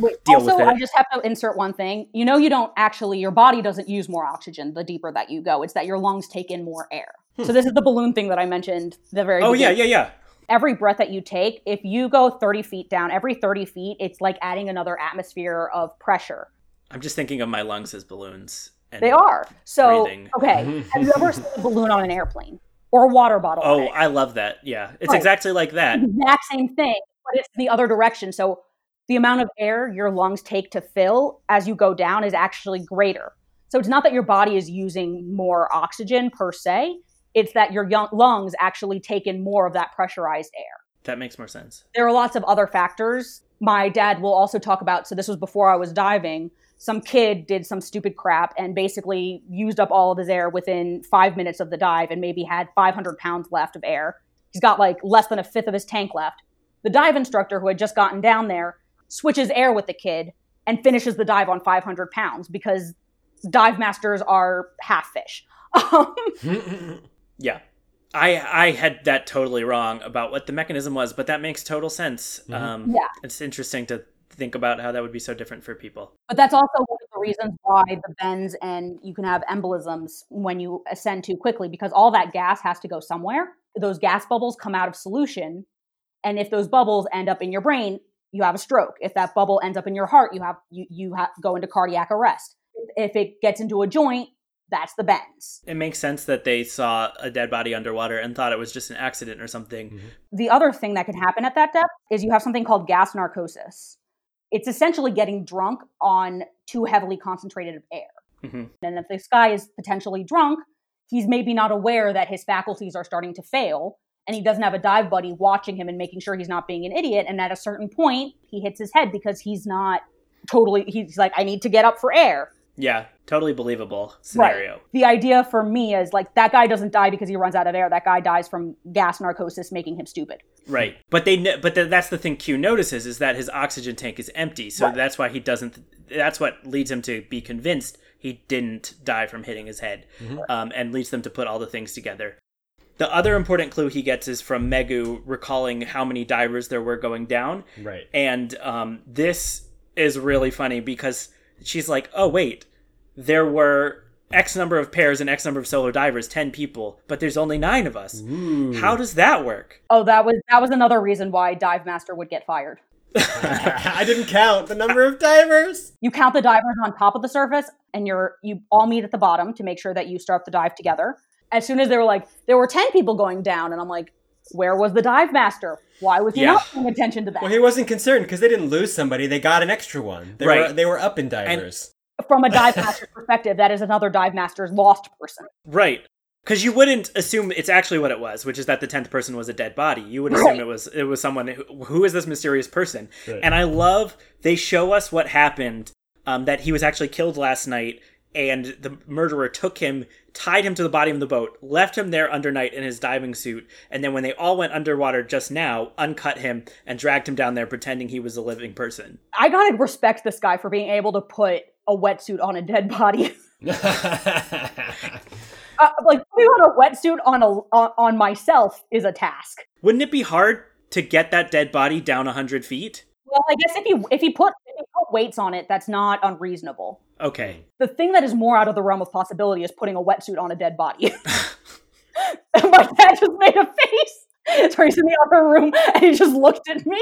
Speaker 3: Wait,
Speaker 1: Deal
Speaker 3: also,
Speaker 1: with it.
Speaker 3: I just have to insert one thing. You know, you don't actually your body doesn't use more oxygen the deeper that you go. It's that your lungs take in more air. So this is the balloon thing that I mentioned the very
Speaker 1: Hmm. Oh yeah,
Speaker 3: beginning.
Speaker 1: yeah, yeah.
Speaker 3: every breath that you take, if you go 30 feet down, every 30 feet, it's like adding another atmosphere of pressure.
Speaker 1: I'm just thinking of my lungs as balloons. And
Speaker 3: They are. So,
Speaker 1: breathing.
Speaker 3: okay.
Speaker 1: <laughs>
Speaker 3: Have you ever seen a balloon on an airplane or a water bottle? on
Speaker 1: Oh,
Speaker 3: it?
Speaker 1: I love that. Yeah. It's
Speaker 3: Right.
Speaker 1: exactly like
Speaker 3: <laughs>
Speaker 1: that.
Speaker 3: exact same thing, but it's the other direction. So, the amount of air your lungs take to fill as you go down is actually greater. So, it's not that your body is using more oxygen per se, it's that your young- lungs actually take in more of that pressurized air.
Speaker 1: That makes more sense.
Speaker 3: there are lots of other factors. My dad will also talk about, so this was before I was diving. Some kid did some stupid crap and basically used up all of his air within five minutes of the dive and maybe had 500 pounds left of air. He's got like less than a fifth of his tank left. The dive instructor who had just gotten down there switches air with the kid and finishes the dive on 500 pounds because dive masters are half fish. <laughs> Um,
Speaker 2: Oh.
Speaker 1: Yeah. I I had that totally wrong about what the mechanism was, but that makes total sense.
Speaker 2: Mhm.
Speaker 1: Um,
Speaker 3: Yeah.
Speaker 1: It's interesting to think about how that would be so different for people.
Speaker 3: But that's also one of the reasons why the bends and you can have embolisms when you ascend too quickly because all that gas has to go somewhere. Those gas bubbles come out of solution. And if those bubbles end up in your brain, you have a stroke. If that bubble ends up in your heart, you have you, you have, go into cardiac arrest. If it gets into a joint, that's the bends.
Speaker 1: It makes sense that they saw a dead body underwater and thought it was just an accident or something.
Speaker 3: the other thing that can happen at that depth is you have something called gas narcosis. It's essentially getting drunk on too heavily concentrated of air.
Speaker 1: Mhm.
Speaker 3: And if this guy is potentially drunk, he's maybe not aware that his faculties are starting to fail and he doesn't have a dive buddy watching him and making sure he's not being an idiot. And at a certain point, he hits his head because he's not totally, he's like, I need to get up for air.
Speaker 1: Yeah, totally believable scenario.
Speaker 3: The idea for me is like that guy doesn't die because he runs out of air. That guy dies from gas narcosis making him stupid.
Speaker 1: Right. But they kn- but th- that's the thing Q notices is that his oxygen tank is empty. So
Speaker 3: Right.
Speaker 1: that's why he doesn't that's what leads him to be convinced he didn't die from hitting his head.
Speaker 2: Mhm.
Speaker 1: Um, and leads them to put all the things together. The other important clue he gets is from Megu recalling how many divers there were going down
Speaker 2: <laughs> Right.
Speaker 1: and um, this is really funny because she's like, "Oh wait, there were X number of pairs and X number of solo divers, ten people, but there's only nine of us.
Speaker 2: Ooh.
Speaker 1: How does that work?"
Speaker 3: Oh, that was that was another reason why dive master would get fired.
Speaker 2: <laughs> I didn't count the number of divers.
Speaker 3: You count the divers on top of the surface, and you're you all meet at the bottom to make sure that you start the dive together. As soon as they were like, there were ten people going down, and I'm like, where was the dive master? Why was he
Speaker 1: Yeah.
Speaker 3: not paying attention to that?
Speaker 2: Well, he wasn't concerned because they didn't lose somebody; they got an extra one. They were
Speaker 1: Right.
Speaker 2: they were up
Speaker 1: <laughs>
Speaker 2: in divers.
Speaker 3: From a dive master perspective, that is another dive master's lost person.
Speaker 1: Right. Because you wouldn't assume it's actually what it was, which is that the tenth person was a dead body. You would assume
Speaker 3: Right.
Speaker 1: it was it was someone who, who is this mysterious person.
Speaker 2: Right.
Speaker 1: And I love they show us what happened. Um, that he was actually killed last night, and the murderer took him, tied him to the bottom of the boat, left him there under night in his diving suit, and then when they all went underwater just now, uncut him and dragged him down there, pretending he was a living person.
Speaker 3: I gotta respect this guy for being able to put a wetsuit on a dead body. <laughs> uh, like putting on a wetsuit on a on, on myself is a task.
Speaker 1: Wouldn't it be hard to get that dead body down hundred feet?
Speaker 3: Well, I guess if you if you put if you put weights on it, that's not unreasonable.
Speaker 2: Hmm.
Speaker 1: Okay.
Speaker 3: The thing that is more out of the realm of possibility is putting a wetsuit on a dead body. <laughs> My dad just made a face. So he's in the other room and he just looked at me.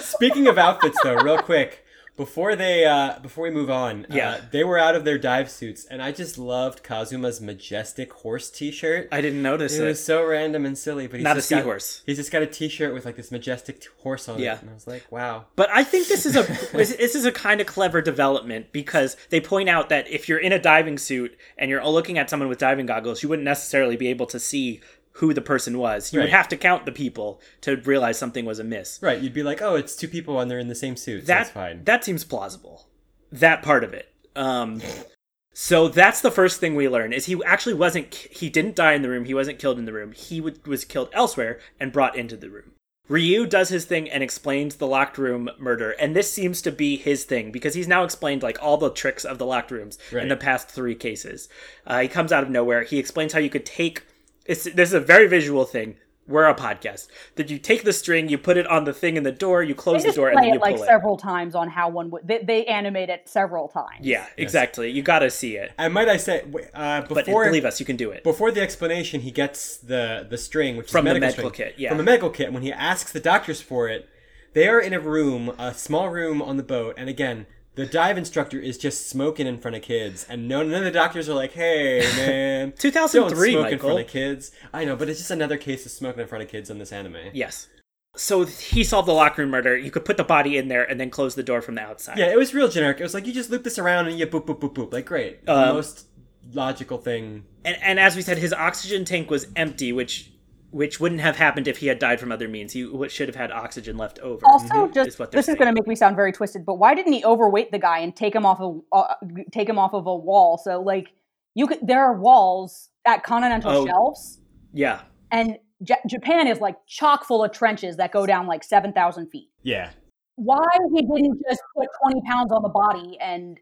Speaker 2: Speaking of outfits, though, real quick before they uh, before we move on, uh,
Speaker 1: Yeah.
Speaker 2: they were out of their dive suits, and I just loved Kazuma's majestic horse T-shirt.
Speaker 1: I didn't notice
Speaker 2: it
Speaker 1: it.
Speaker 2: was so random and silly, but he's
Speaker 1: Not a
Speaker 2: just got-
Speaker 1: seahorse.
Speaker 2: He's just got a T-shirt with like this majestic t- horse on
Speaker 1: Yeah.
Speaker 2: it, and I was like, wow.
Speaker 1: But I think this is a this this is a kind of clever development because they point out that if you're in a diving suit and you're looking at someone with diving goggles, you wouldn't necessarily be able to see who the person was. You would
Speaker 2: Right.
Speaker 1: have to count the people to realize something was amiss.
Speaker 2: Right, you'd be like, oh, it's two people and they're in the same suit. so
Speaker 1: That
Speaker 2: that's fine.
Speaker 1: that seems plausible. That part of it. Um so that's the first thing we learn is he actually wasn't ki- he didn't die in the room, he wasn't killed in the room. He would, was killed elsewhere and brought into the room. Ryu does his thing and explains the locked room murder, and this seems to be his thing because he's now explained like all the tricks of the locked rooms in
Speaker 2: Right.
Speaker 1: the past three cases. Uh, he comes out of nowhere. He explains how you could take it's, this is a very visual thing. We're a podcast that you take the string, you put it on the thing in the door, you
Speaker 3: They
Speaker 1: close the
Speaker 3: just
Speaker 1: door,
Speaker 3: play
Speaker 1: and then you
Speaker 3: it like
Speaker 1: pull it.
Speaker 3: several times on how one would. They, they animate it several times.
Speaker 1: Yeah, exactly. You got to see it.
Speaker 2: And might I say, w- uh,
Speaker 1: But
Speaker 2: before
Speaker 1: believe us, you can do it.
Speaker 2: before the explanation, he gets the the string, which
Speaker 1: From
Speaker 2: is
Speaker 1: the
Speaker 2: medical
Speaker 1: medical
Speaker 2: string.
Speaker 1: kit, yeah.
Speaker 2: from a medical kit. When he asks the doctors for it, they are in a room, a small room on the boat, and again. The dive instructor is just smoking in front of kids, and no, none of the doctors are like, "Hey,
Speaker 1: <laughs>
Speaker 2: man,
Speaker 1: 2003,
Speaker 2: don't smoke in
Speaker 1: Michael.
Speaker 2: front of kids." I know, but it's just another case of smoking in front of kids in this anime.
Speaker 1: Yes. So he solved the locker room murder. You could put the body in there and then close the door from the outside.
Speaker 2: Yeah, it was real generic. It was like you just loop this around and you boop boop boop boop. Like great, It's the
Speaker 1: Um,
Speaker 2: most logical thing.
Speaker 1: And and as we said, his oxygen tank was empty, which which wouldn't have happened if he had died from other means. He w- should have had oxygen left over.
Speaker 3: Also,
Speaker 1: Mm-hmm. is
Speaker 2: Mhm.
Speaker 3: just
Speaker 1: what they're
Speaker 3: this is going to
Speaker 1: saying.
Speaker 3: make me sound very twisted, but why didn't he overweight the guy and take him off of uh, take him off of a wall? So like you could there are walls at continental
Speaker 1: Oh.
Speaker 3: shelves,
Speaker 1: Yeah.
Speaker 3: and J- Japan is like chock full of trenches that go down like seven thousand feet.
Speaker 2: Yeah,
Speaker 3: Why he didn't just put twenty pounds on the body and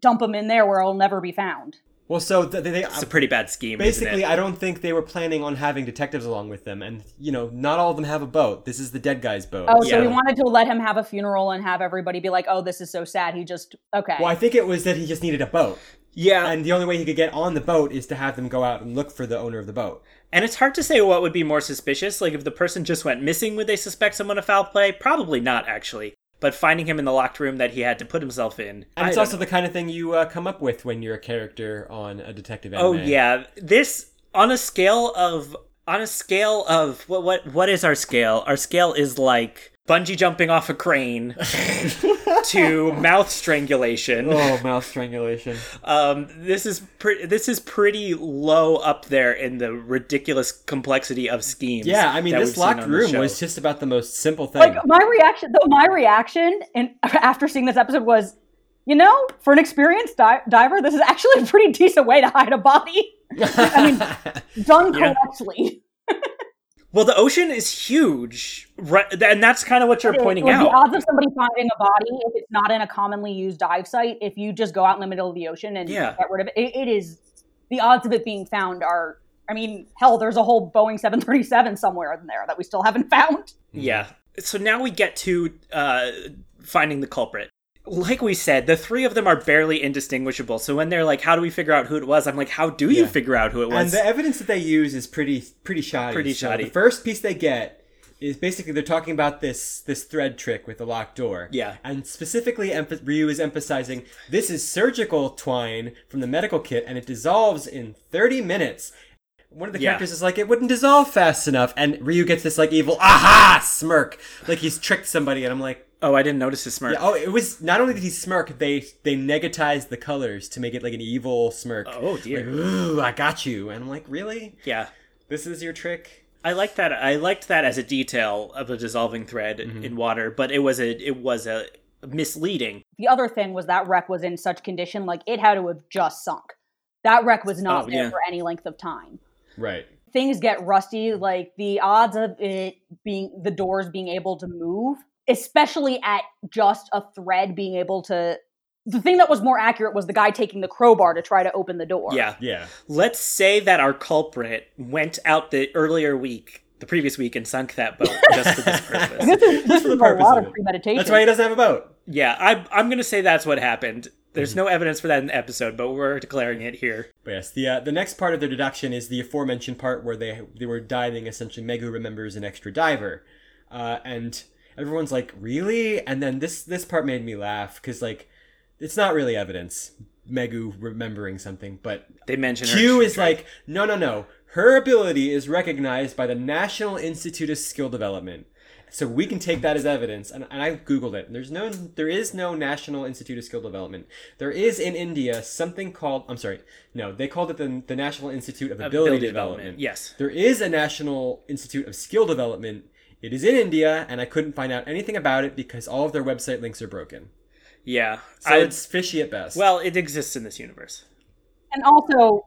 Speaker 3: dump him in there where he'll never be found?
Speaker 2: Well, so th- they, they
Speaker 1: It's a pretty bad scheme.
Speaker 2: basically,
Speaker 1: isn't
Speaker 2: I don't think they were planning on having detectives along with them, and you know, not all of them have a boat. This is the dead guy's boat.
Speaker 3: Oh, so
Speaker 1: Yeah.
Speaker 3: we wanted to let him have a funeral and have everybody be like, "Oh, this is so sad." He just okay.
Speaker 2: Well, I think it was that he just needed a boat,
Speaker 1: it? yeah. And,
Speaker 2: and the only way he could get on the boat is to have them go out and look for the owner of the boat.
Speaker 1: it's hard to say what would be more suspicious. Like if the person just went missing, would they suspect someone of foul play? Probably not, actually. But finding him in the locked room that he had to put himself in. I
Speaker 2: And it's
Speaker 1: don't
Speaker 2: also the kind of thing you uh, come up with when you're a character on a detective anime.
Speaker 1: Oh yeah, this on a scale of on a scale of what what what is our scale? Our scale is like bungee jumping off a
Speaker 2: <laughs>
Speaker 1: crane to mouth strangulation.
Speaker 2: Oh, mouth strangulation.
Speaker 1: Um, this is pre- this is pretty low up there in the ridiculous complexity of schemes.
Speaker 2: Yeah, I mean,
Speaker 1: that
Speaker 2: this
Speaker 1: we've seen
Speaker 2: locked
Speaker 1: on this
Speaker 2: room
Speaker 1: show.
Speaker 2: was just about the most simple thing.
Speaker 3: <laughs> like my reaction though my reaction and after seeing this episode was you know, for an experienced di- diver, this is actually a pretty decent way to hide a body I
Speaker 2: <laughs>
Speaker 3: done
Speaker 1: Yeah.
Speaker 3: correctly.
Speaker 1: Well, the ocean is huge, right? And that's kind of what you're pointing
Speaker 3: Like, The
Speaker 1: out.
Speaker 3: odds of somebody finding a body if it's not in a commonly used dive site, if you just go out in the middle of the ocean and
Speaker 1: Yeah.
Speaker 3: get rid of it, it, it is the odds of it being found are. I mean, hell, there's a whole Boeing 737 somewhere in there that we still haven't <laughs> found.
Speaker 2: Mm-hmm.
Speaker 1: Yeah. So now we get to uh, finding the culprit. Like we said, the three of them are barely indistinguishable. So when they're like, "How do we figure out who it was?" I'm like, "How do you
Speaker 2: Yeah.
Speaker 1: figure out who it
Speaker 2: And
Speaker 1: was?"
Speaker 2: the evidence that they use is pretty pretty shoddy.
Speaker 1: Pretty
Speaker 2: So
Speaker 1: shoddy.
Speaker 2: the first piece they get is basically they're talking about this this thread trick with the locked door.
Speaker 1: Yeah.
Speaker 2: And specifically, emph- Ryu is emphasizing this is surgical twine from the medical kit, and it dissolves in 30 minutes. One of the
Speaker 1: Yeah.
Speaker 2: characters is like, it wouldn't dissolve fast enough, and Ryu gets this like evil aha smirk, like he's tricked somebody, and I'm like,
Speaker 1: oh, I didn't notice his smirk.
Speaker 2: yeah, oh, it was not only did he smirk, they they negatized the colors to make it like an evil smirk.
Speaker 1: Oh, dear.
Speaker 2: Like, Ooh, I got you. And I'm like, really?
Speaker 1: yeah.
Speaker 2: This is your trick?
Speaker 1: I like that. I liked that as a detail of the dissolving thread
Speaker 2: Mm-hmm.
Speaker 1: in water, but it was a it was a misleading.
Speaker 3: The other thing was that wreck was in such condition, like it had to have just sunk. That wreck was not
Speaker 1: Oh,
Speaker 3: there
Speaker 1: yeah.
Speaker 3: for any length of time.
Speaker 2: Right.
Speaker 3: Things get rusty, like the odds of it being the doors being able to move, especially at just a thread being able to. The thing that was more accurate was the guy taking the crowbar to try to open the door. <laughs>
Speaker 1: Yeah.
Speaker 2: Yeah.
Speaker 1: Let's say that our culprit went out the earlier week, the previous week, and sunk that boat just for
Speaker 2: <laughs>
Speaker 1: this purpose.
Speaker 3: This is, this
Speaker 2: for the
Speaker 3: is a
Speaker 2: purpose
Speaker 3: lot
Speaker 2: of
Speaker 3: of,
Speaker 2: it.
Speaker 3: premeditation.
Speaker 2: That's why he doesn't have a boat.
Speaker 1: Yeah, I, I'm going to say that's what happened.
Speaker 2: Mm-hmm.
Speaker 1: There's no evidence for that in the episode, but we're declaring it here.
Speaker 2: But yes, the uh, the next part of their deduction is the aforementioned part where they they were diving. Essentially, Megu remembers an extra diver, uh, and everyone's like, "Really?" And then this this part made me laugh because like, it's not really evidence. Megu remembering something, but
Speaker 1: They mention her.
Speaker 2: Q is like, no, no, no. Her ability is recognized by the National Institute of Skill Development. So we can take that as evidence. And, and I Googled it. There's no, there is no National Institute of Skill Development. There is in India something called, I'm sorry, no, they called it the, the National Institute of Ability, Development.
Speaker 1: Yes.
Speaker 2: There is a National Institute of Skill Development. It is in India, and I couldn't find out anything about it because all of their website links are broken.
Speaker 1: Yeah.
Speaker 2: So
Speaker 1: I,
Speaker 2: it's fishy at best.
Speaker 1: well, it exists in this universe.
Speaker 3: and also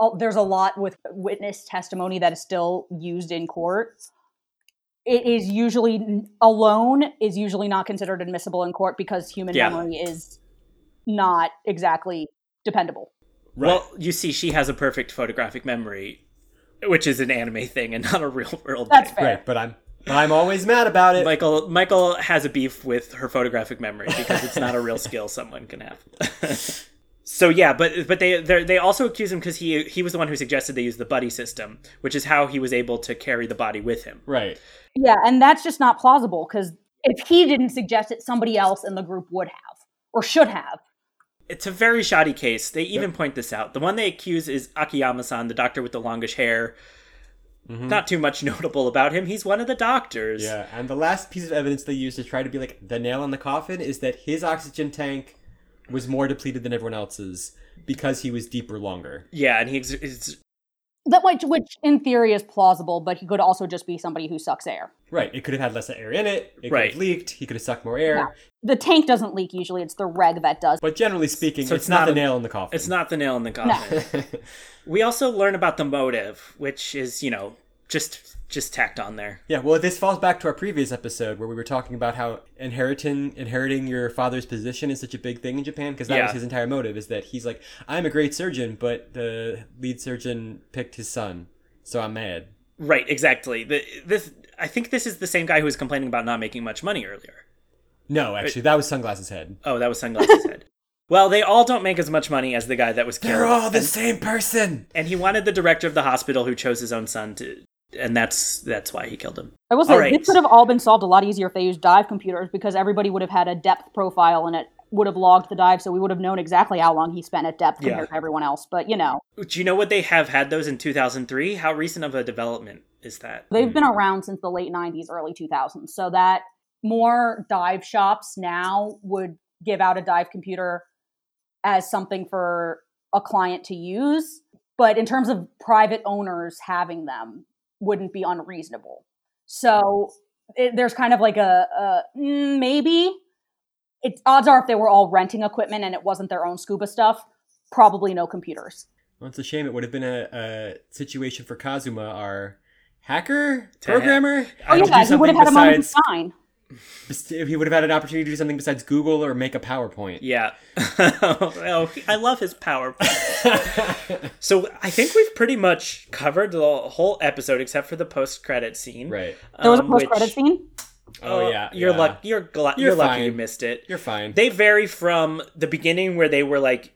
Speaker 3: al- there's a lot with witness testimony that is still used in court it is usually n- alone is usually not considered admissible in court because human
Speaker 1: Yeah.
Speaker 3: memory is not exactly dependable
Speaker 1: Well, you see, she has a perfect photographic memory, which is an anime thing and <laughs> not a real world
Speaker 3: that's
Speaker 1: thing.
Speaker 3: fair
Speaker 2: right, but I'm, but I'm always mad about it.
Speaker 1: Michael Michael has a beef with her photographic memory because it's not a real skill someone can have. <laughs> so yeah, but but they they're- they also accuse him because he he was the one who suggested they use the buddy system, which is how he was able to carry the body with him.
Speaker 2: right.
Speaker 3: yeah and that's just not plausible because if he didn't suggest it somebody else in the group would have or should have
Speaker 1: It's a very shoddy case. They even point this out. The one they accuse is Akiyama-san, the doctor with the longish hair. Not too much <laughs> notable about him. He's one of the doctors.
Speaker 2: Mm-hmm. Yeah, and the last piece of evidence they used to try to be like the nail in the coffin is that his oxygen tank was more depleted than everyone else's because he was deeper longer.
Speaker 1: Yeah, and he ex- is
Speaker 3: that which, which in theory is plausible but he could also just be somebody who sucks air
Speaker 2: Right, it could have had less air in it. It could
Speaker 1: Right.
Speaker 2: have leaked. He could have sucked more air.
Speaker 3: Yeah. the tank doesn't leak usually it's the reg that does
Speaker 2: But generally speaking,
Speaker 1: So
Speaker 2: it's,
Speaker 1: it's not
Speaker 2: not, the
Speaker 1: a-
Speaker 2: nail in the coffin.
Speaker 1: it's not the nail in the coffin.
Speaker 2: <laughs>
Speaker 1: We also learn about the motive, which is, you know, just just tacked on there.
Speaker 2: yeah, well, this falls back to our previous episode where we were talking about how inheriting inheriting your father's position is such a big thing in Japan because that was
Speaker 1: Yeah.
Speaker 2: his entire motive is that he's like, I'm a great surgeon, but the lead surgeon picked his son, so I'm mad.
Speaker 1: Right, exactly. The, this I think this is the same guy who was complaining about not making much money earlier.
Speaker 2: No, actually, that was Sunglasses Head.
Speaker 1: Oh, that was
Speaker 2: <laughs>
Speaker 1: sunglasses head. Well, they all don't make as much money as the guy that was killed.
Speaker 2: They're all the same person.
Speaker 1: and he wanted the director of the hospital who chose his own son to and that's that's why he killed him.
Speaker 3: I will
Speaker 1: All
Speaker 3: say
Speaker 1: right.
Speaker 3: this could have all been solved a lot easier if they used dive computers because everybody would have had a depth profile and it would have logged the dive, so we would have known exactly how long he spent at depth
Speaker 1: Yeah.
Speaker 3: compared to everyone else. But you know,
Speaker 1: Do you know what they have had those in 2003? How recent of a development is that?
Speaker 3: they've
Speaker 2: Mm-hmm.
Speaker 3: been around since the late '90s, early 2000s, so that more dive shops now would give out a dive computer as something for a client to use. But in terms of private owners having them, wouldn't be unreasonable. So it, there's kind of like a, a mm, maybe it, odds are if they were all renting equipment and it wasn't their own scuba stuff, probably no computers.
Speaker 2: Well, it's a shame. It would have been a, a situation for Kazuma, our hacker,
Speaker 1: To ha-
Speaker 2: programmer.
Speaker 1: Oh,
Speaker 3: Oh
Speaker 2: to do
Speaker 3: yeah, he would
Speaker 2: something
Speaker 3: have had a moment
Speaker 2: besides-
Speaker 3: to sign.
Speaker 2: bes- He would have had an opportunity to do something besides Google or make a <laughs> PowerPoint.
Speaker 1: Yeah. <laughs> oh, I love his power. So I think we've pretty much covered the whole episode except for the post-credit scene.
Speaker 2: right.
Speaker 3: There was a
Speaker 1: um, which-
Speaker 3: post credit scene.
Speaker 2: Oh yeah.
Speaker 1: You're
Speaker 2: yeah.
Speaker 1: luck. You're gla- you're,
Speaker 2: You're
Speaker 1: lucky you
Speaker 2: fine.
Speaker 1: missed it.
Speaker 2: You're fine.
Speaker 1: They vary from the beginning where they were like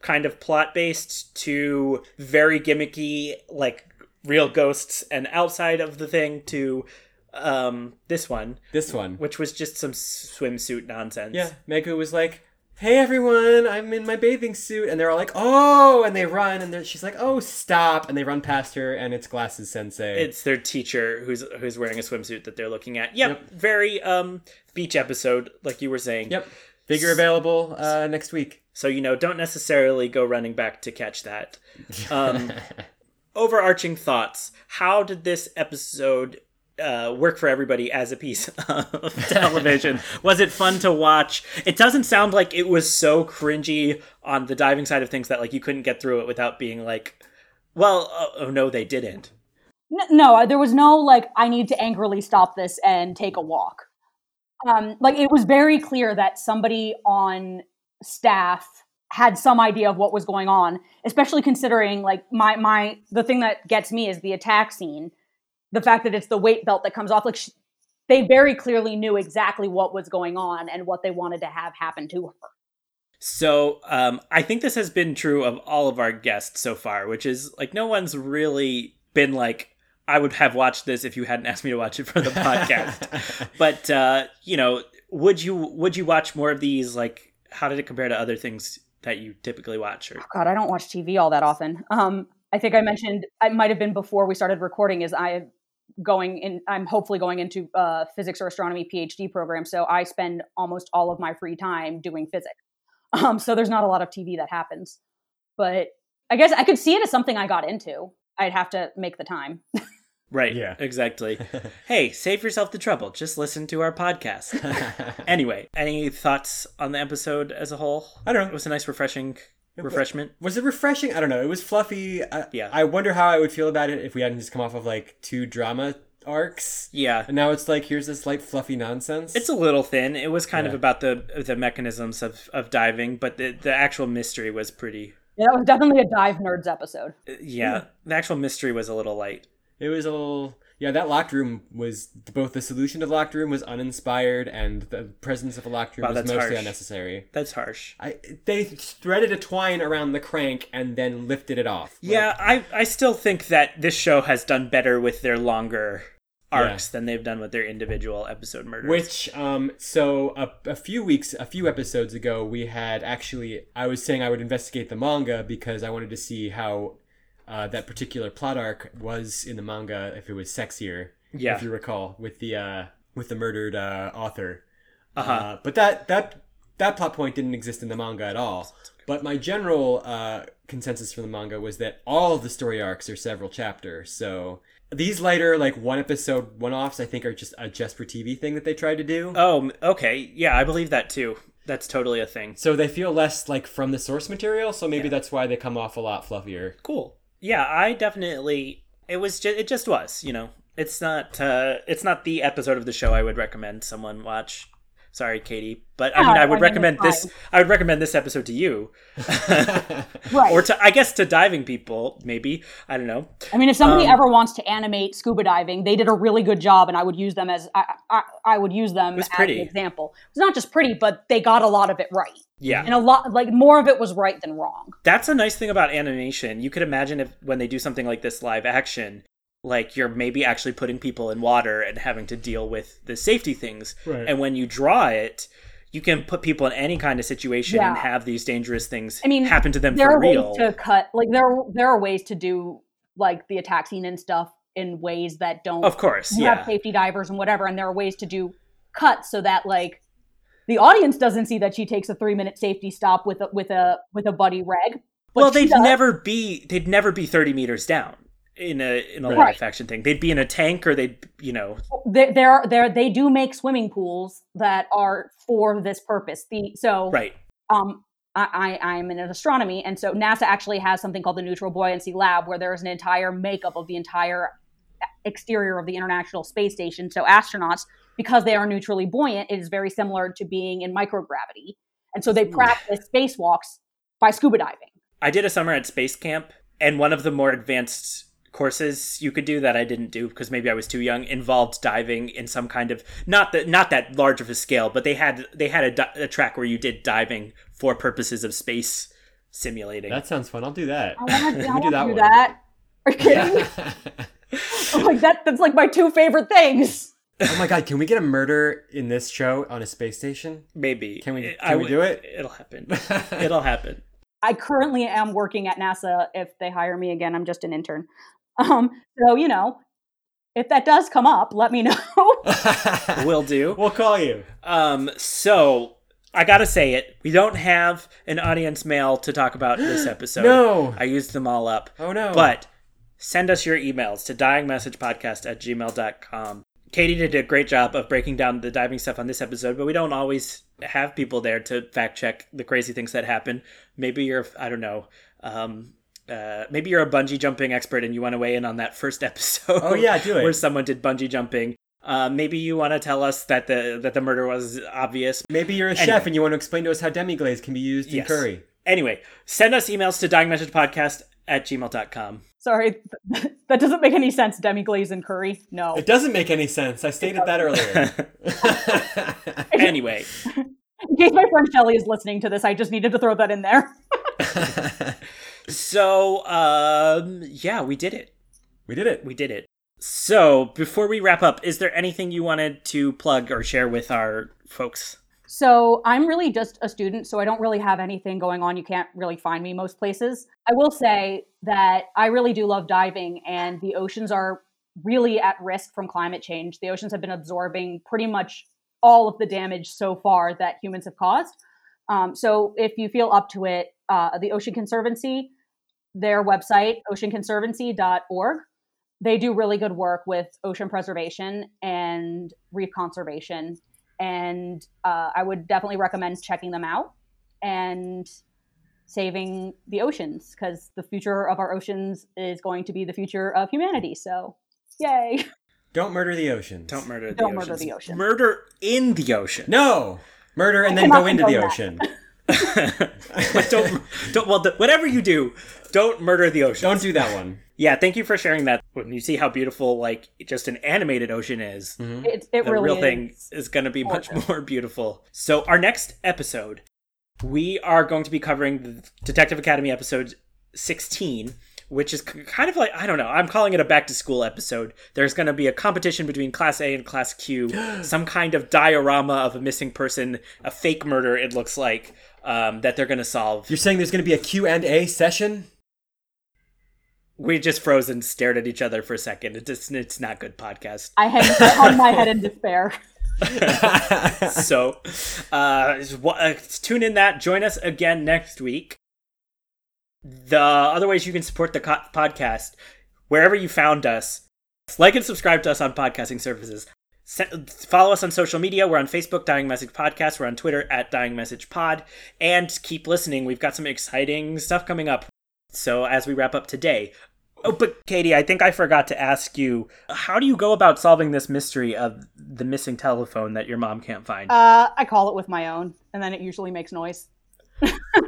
Speaker 1: kind of plot based to very gimmicky, like real ghosts and outside of the thing to um this one
Speaker 2: this one.
Speaker 1: which was just some s- swimsuit nonsense
Speaker 2: Yeah, Meku was like, "Hey everyone, I'm in my bathing suit," and they're all like, "Oh!" and they run, and they're- she's like, "Oh, stop!" and they run past her, and it's Glasses Sensei.
Speaker 1: it's their teacher who's who's wearing a swimsuit that they're looking at yep,
Speaker 2: Yep.
Speaker 1: very um beach episode like you were saying
Speaker 2: yep. Figure available uh, next week.
Speaker 1: So, you know, don't necessarily go running back to catch that. Um, overarching thoughts. How did this episode uh, work for everybody as a piece <laughs> of television? was it fun to watch? It doesn't sound like it was so cringy on the diving side of things that, like, you couldn't get through it without being like, well, oh, oh no, they didn't.
Speaker 3: N- No, I- there was no like I need to angrily stop this and take a walk. Um, like it was very clear that somebody on staff had some idea of what was going on, especially considering like my my the thing that gets me is the attack scene, the fact that it's the weight belt that comes off. Like sh- they very clearly knew exactly what was going on and what they wanted to have happen to her.
Speaker 1: So um, I think this has been true of all of our guests so far, which is like no one's really been like, I would have watched this if you hadn't asked me to watch it for the
Speaker 2: <laughs>
Speaker 1: podcast. but uh, you know, would you would you watch more of these? Like, how did it compare to other things that you typically watch? Or
Speaker 3: Oh God, I don't watch TV all that often. Um, I think I mentioned it might have been before we started recording. Is I going in? I'm hopefully going into uh, physics or astronomy PhD program, so I spend almost all of my free time doing physics. <laughs> Um, so there's not a lot of TV that happens, but I guess I could see it as something I got into. I'd have to make the time.
Speaker 1: right?
Speaker 2: Yeah. <laughs>
Speaker 1: exactly. hey, save yourself the trouble. Just listen to our
Speaker 2: <laughs>
Speaker 1: podcast. anyway, any thoughts on the episode as a whole?
Speaker 2: I don't
Speaker 1: It
Speaker 2: know.
Speaker 1: was a nice refreshing
Speaker 2: wa-
Speaker 1: refreshment.
Speaker 2: Was it refreshing? I don't know. It was fluffy. I,
Speaker 1: Yeah.
Speaker 2: I wonder how I would feel about it if we hadn't just come off of like two drama arcs,
Speaker 1: Yeah,
Speaker 2: and now it's like here's this light fluffy nonsense.
Speaker 1: It's a little thin. It was kind of
Speaker 2: Yeah.
Speaker 1: about the the mechanisms of, of diving, but the, the actual mystery was pretty.
Speaker 3: Yeah, that was definitely a dive nerds episode.
Speaker 1: uh, Yeah, the actual mystery was a little light.
Speaker 2: It was a little. Yeah, that locked room was both the solution to the locked room was uninspired, and the presence of a locked room
Speaker 1: Wow,
Speaker 2: was
Speaker 1: that's
Speaker 2: mostly
Speaker 1: harsh.
Speaker 2: unnecessary.
Speaker 1: That's harsh.
Speaker 2: I they threaded a twine around the crank and then lifted it off. Like,
Speaker 1: yeah, I I still think that this show has done better with their longer arcs than they've done with their individual episode murders.
Speaker 2: Which, um, so a, a few weeks, a few episodes ago, we had actually, I was saying I would investigate the manga because I wanted to see how uh, that particular plot arc was in the manga, if it was sexier,
Speaker 1: Yeah.
Speaker 2: if you recall, with the uh, with the murdered uh, author.
Speaker 1: Uh-huh.
Speaker 2: Uh, but that that that plot point didn't exist in the manga at all. But my general uh, consensus from the manga was that all of the story arcs are several chapters. So these lighter, like one episode one offs, I think are just a just for TV thing that they tried to do.
Speaker 1: oh, m- okay. Yeah, I believe that too. That's totally a thing.
Speaker 2: So they feel less like from the source material. So maybe that's why they come off a lot <laughs> fluffier.
Speaker 1: Cool. Yeah, I definitely. It was just. It just was. You know, it's not. Uh, it's not the episode of the show I would recommend someone watch. Sorry, Katie, but I mean,
Speaker 3: No,
Speaker 1: I
Speaker 3: I
Speaker 1: would
Speaker 3: mean,
Speaker 1: recommend
Speaker 3: it's
Speaker 1: this.
Speaker 3: fine.
Speaker 1: I would recommend this episode to you,
Speaker 3: Right.
Speaker 1: or to I guess to diving people. Maybe I don't know.
Speaker 3: I mean, if
Speaker 1: Um,
Speaker 3: somebody ever wants to animate scuba diving, they did a really good job, and I would use them as I, I, I would use them
Speaker 1: was
Speaker 3: as
Speaker 1: pretty.
Speaker 3: an example. It's not just pretty, but they got a lot of it right,
Speaker 1: Yeah,
Speaker 3: and a lot like more of it was right than wrong.
Speaker 1: that's a nice thing about animation. You could imagine if when they do something like this live action, like you're maybe actually putting people in water and having to deal with the safety things.
Speaker 2: Right.
Speaker 1: And when you draw it, you can put people in any kind of situation and
Speaker 3: Yeah.
Speaker 1: have these dangerous things
Speaker 3: I mean,
Speaker 1: happen to them
Speaker 3: there
Speaker 1: for
Speaker 3: are
Speaker 1: real.
Speaker 3: ways to cut like there are- there are ways to do like the attack scene and stuff in ways that don't
Speaker 1: Of course,
Speaker 3: you
Speaker 1: yeah.
Speaker 3: have safety divers and whatever, and there are ways to do cuts so that like the audience doesn't see that she takes a three minute safety stop with a with a with a buddy reg. but
Speaker 1: Well,
Speaker 3: she
Speaker 1: they'd
Speaker 3: does.
Speaker 1: never be they'd never be 30 meters down. in a in a
Speaker 2: Right.
Speaker 1: live action thing. They'd be in a tank or they'd you know
Speaker 3: There, there, are- there, they do make swimming pools that are for this purpose. The so
Speaker 1: right.
Speaker 3: um, I, I, I'm in an astronomy, and so NASA actually has something called the Neutral Buoyancy Lab, where there is an entire makeup of the entire exterior of the International Space Station. So astronauts, because they are neutrally buoyant, it is very similar to being in microgravity, and so they
Speaker 2: Ooh.
Speaker 3: practice spacewalks by scuba diving.
Speaker 1: I did a summer at space camp, and one of the more advanced courses you could do that I didn't do because maybe I was too young involved diving in some kind of not that not that large of a scale, but they had they had a, di- a track where you did diving for purposes of space simulating.
Speaker 2: That sounds fun. I'll do that. <laughs>
Speaker 3: I want
Speaker 2: We do
Speaker 3: to I wanna
Speaker 2: that
Speaker 3: do
Speaker 2: one.
Speaker 3: that. <laughs> Are you kidding?
Speaker 2: <laughs>
Speaker 3: me? I'm <laughs> like that. That's like my two favorite things.
Speaker 2: oh my god, can we get a murder in this show on a space station?
Speaker 1: maybe
Speaker 2: Can we-
Speaker 1: It-
Speaker 2: can we
Speaker 1: would-
Speaker 2: do it?
Speaker 1: It'll happen. It'll
Speaker 2: <laughs>
Speaker 1: happen.
Speaker 3: I currently am working at NASA. If they hire me again, I'm just an intern. Um, so you know, if that does come up, let me <laughs> know.
Speaker 1: Will do.
Speaker 2: <laughs> we'll call you.
Speaker 1: Um, so I gotta say it. We don't have an audience mail to talk about
Speaker 2: <gasps>
Speaker 1: this episode.
Speaker 2: No.
Speaker 1: I used them all up.
Speaker 2: Oh no.
Speaker 1: But send us your emails to dyingmessagepodcast at gmail.com. Katie did a great job of breaking down the diving stuff on this episode, but we don't always have people there to fact check the crazy things that happen. Maybe you're, I don't know, um, uh, maybe you're a bungee jumping expert and you want to weigh in on that first <laughs> episode.
Speaker 2: Oh yeah, do
Speaker 1: where
Speaker 2: it.
Speaker 1: someone did bungee jumping. Uh, maybe you want to tell us that the that the murder was obvious.
Speaker 2: Maybe you're a
Speaker 1: Anyway.
Speaker 2: chef and you want to explain to us how demi-glaze can be used in
Speaker 1: Yes.
Speaker 2: curry.
Speaker 1: Anyway, send us emails to dyingmessagepodcast at gmail.com.
Speaker 3: Sorry, that doesn't make any sense. Demi glaze and curry. No,
Speaker 2: Oh. It doesn't make any sense. I stated that earlier.
Speaker 1: Anyway,
Speaker 3: in case my friend Shelly is listening to this, I just needed to throw that in there.
Speaker 1: so um, yeah, we did it.
Speaker 2: <laughs> we did it.
Speaker 1: We did it. So before we wrap up, is there anything you wanted to plug or share with our folks?
Speaker 3: So I'm really just a student, so I don't really have anything going on. You can't really find me most places. I will say that I really do love diving, and the oceans are really at risk from climate change. The oceans have been absorbing pretty much all of the damage so far that humans have caused. Um, so if you feel up to it, uh, the Ocean Conservancy, their website, oceanconservancy.org, they do really good work with ocean preservation and reef conservation and uh, I would definitely recommend checking them out and saving the oceans because the future of our oceans is going to be the future of humanity. So, yay!
Speaker 2: Don't murder the oceans.
Speaker 1: Don't murder the
Speaker 3: Don't
Speaker 1: oceans.
Speaker 3: murder the ocean.
Speaker 1: Murder in the ocean. <laughs>
Speaker 2: No. Murder and
Speaker 3: I
Speaker 2: then go
Speaker 3: cannot
Speaker 2: into the
Speaker 3: condone that.
Speaker 2: ocean.
Speaker 1: But don't, don't. Well, whatever you do, don't murder the ocean.
Speaker 2: Don't do that one.
Speaker 1: Yeah, thank you for sharing that. When you see how beautiful, like, just an animated ocean is,
Speaker 3: It, it
Speaker 1: Mm-hmm. the
Speaker 3: really
Speaker 1: real thing
Speaker 3: is.
Speaker 1: is going to be much more <laughs> beautiful. So, our next episode, we are going to be covering the Detective Academy episode 16, which is k- kind of like, I don't know, I'm calling it a back to school episode. There's going to be a competition between Class A and Class
Speaker 3: <gasps>
Speaker 1: Q, some kind of diorama of a missing person, a fake murder, it looks like, um, that they're going to solve.
Speaker 2: You're saying there's going to be a Q&A session?
Speaker 1: We just froze and stared at each other for a second. It just, it's not good podcast. <laughs>
Speaker 3: I had I hung my head in despair.
Speaker 1: <laughs> so uh, is wha- uh, tune in that join us again next week the other ways you can support the co- podcast wherever you found us like and subscribe to us on podcasting services Sen- follow us on social media we're on facebook dying message podcast we're on twitter at dying message pod and keep listening we've got some exciting stuff coming up so as we wrap up today Oh, but Katie, I think I forgot to ask you how do you go about solving this mystery of the missing telephone that your mom can't find?
Speaker 3: Uh, I call it with my own, and then it usually makes noise.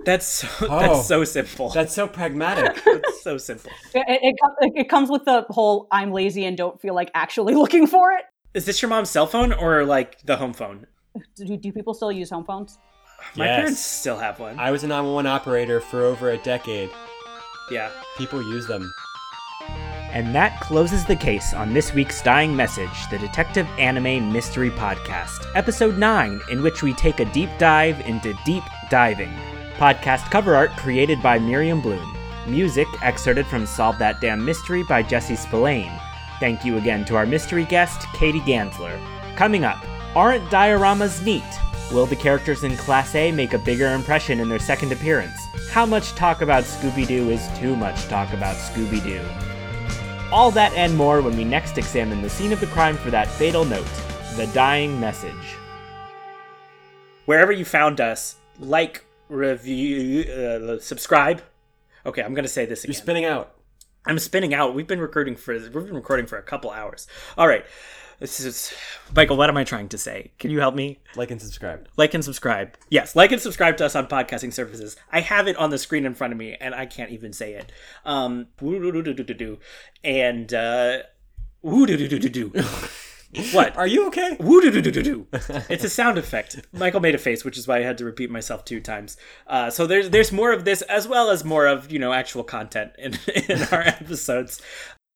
Speaker 1: that's so, <laughs>
Speaker 2: Oh.
Speaker 1: that's so simple.
Speaker 2: That's so pragmatic.
Speaker 1: <laughs> That's so simple.
Speaker 3: It, it, it, com- it- it comes with the whole "I'm lazy and don't feel like actually <laughs> looking for it."
Speaker 1: Is this your mom's cell phone or like the home phone?
Speaker 3: Do, do people still use home phones?
Speaker 1: My
Speaker 2: Yes.
Speaker 1: parents still have one.
Speaker 2: I was a 911 operator for over a decade.
Speaker 1: yeah.
Speaker 2: People use them.
Speaker 1: And that closes the case on this week's Dying Message, the Detective Anime Mystery Podcast, Episode 9, in which we take a deep dive into deep diving. Podcast cover art created by Miriam Bloom. Music excerpted from Solve That Damn Mystery by Jesse Spillane. Thank you again to our mystery guest, Katie Gansler. Coming up, aren't dioramas neat? Will the characters in Class A make a bigger impression in their second appearance? How much talk about Scooby Doo is too much talk about Scooby Doo?
Speaker 4: All that and more when we next examine the scene of the crime for that fatal note the dying message.
Speaker 1: Wherever you found us, like, review, uh, subscribe. Okay, I'm gonna say this
Speaker 2: You're
Speaker 1: again.
Speaker 2: spinning out.
Speaker 1: I'm spinning out. We've been recruiting for we've been recording for a couple hours. All right, this is Michael. What am I trying to say? Can you help me?
Speaker 2: Like and subscribe.
Speaker 1: Like and subscribe. Yes, like and subscribe to us on podcasting services. I have it on the screen in front of me, and I can't even say it. Um, woo-doo-doo-doo-doo-doo. and uh, woo doo doo doo doo doo. What?
Speaker 2: Are you okay?
Speaker 1: Woo doo doo doo doo doo. It's a sound effect. Michael made a face, which is why I had to repeat myself two times. Uh, <laughs> so there's there's more of this as well as more of you know actual content in in our episodes.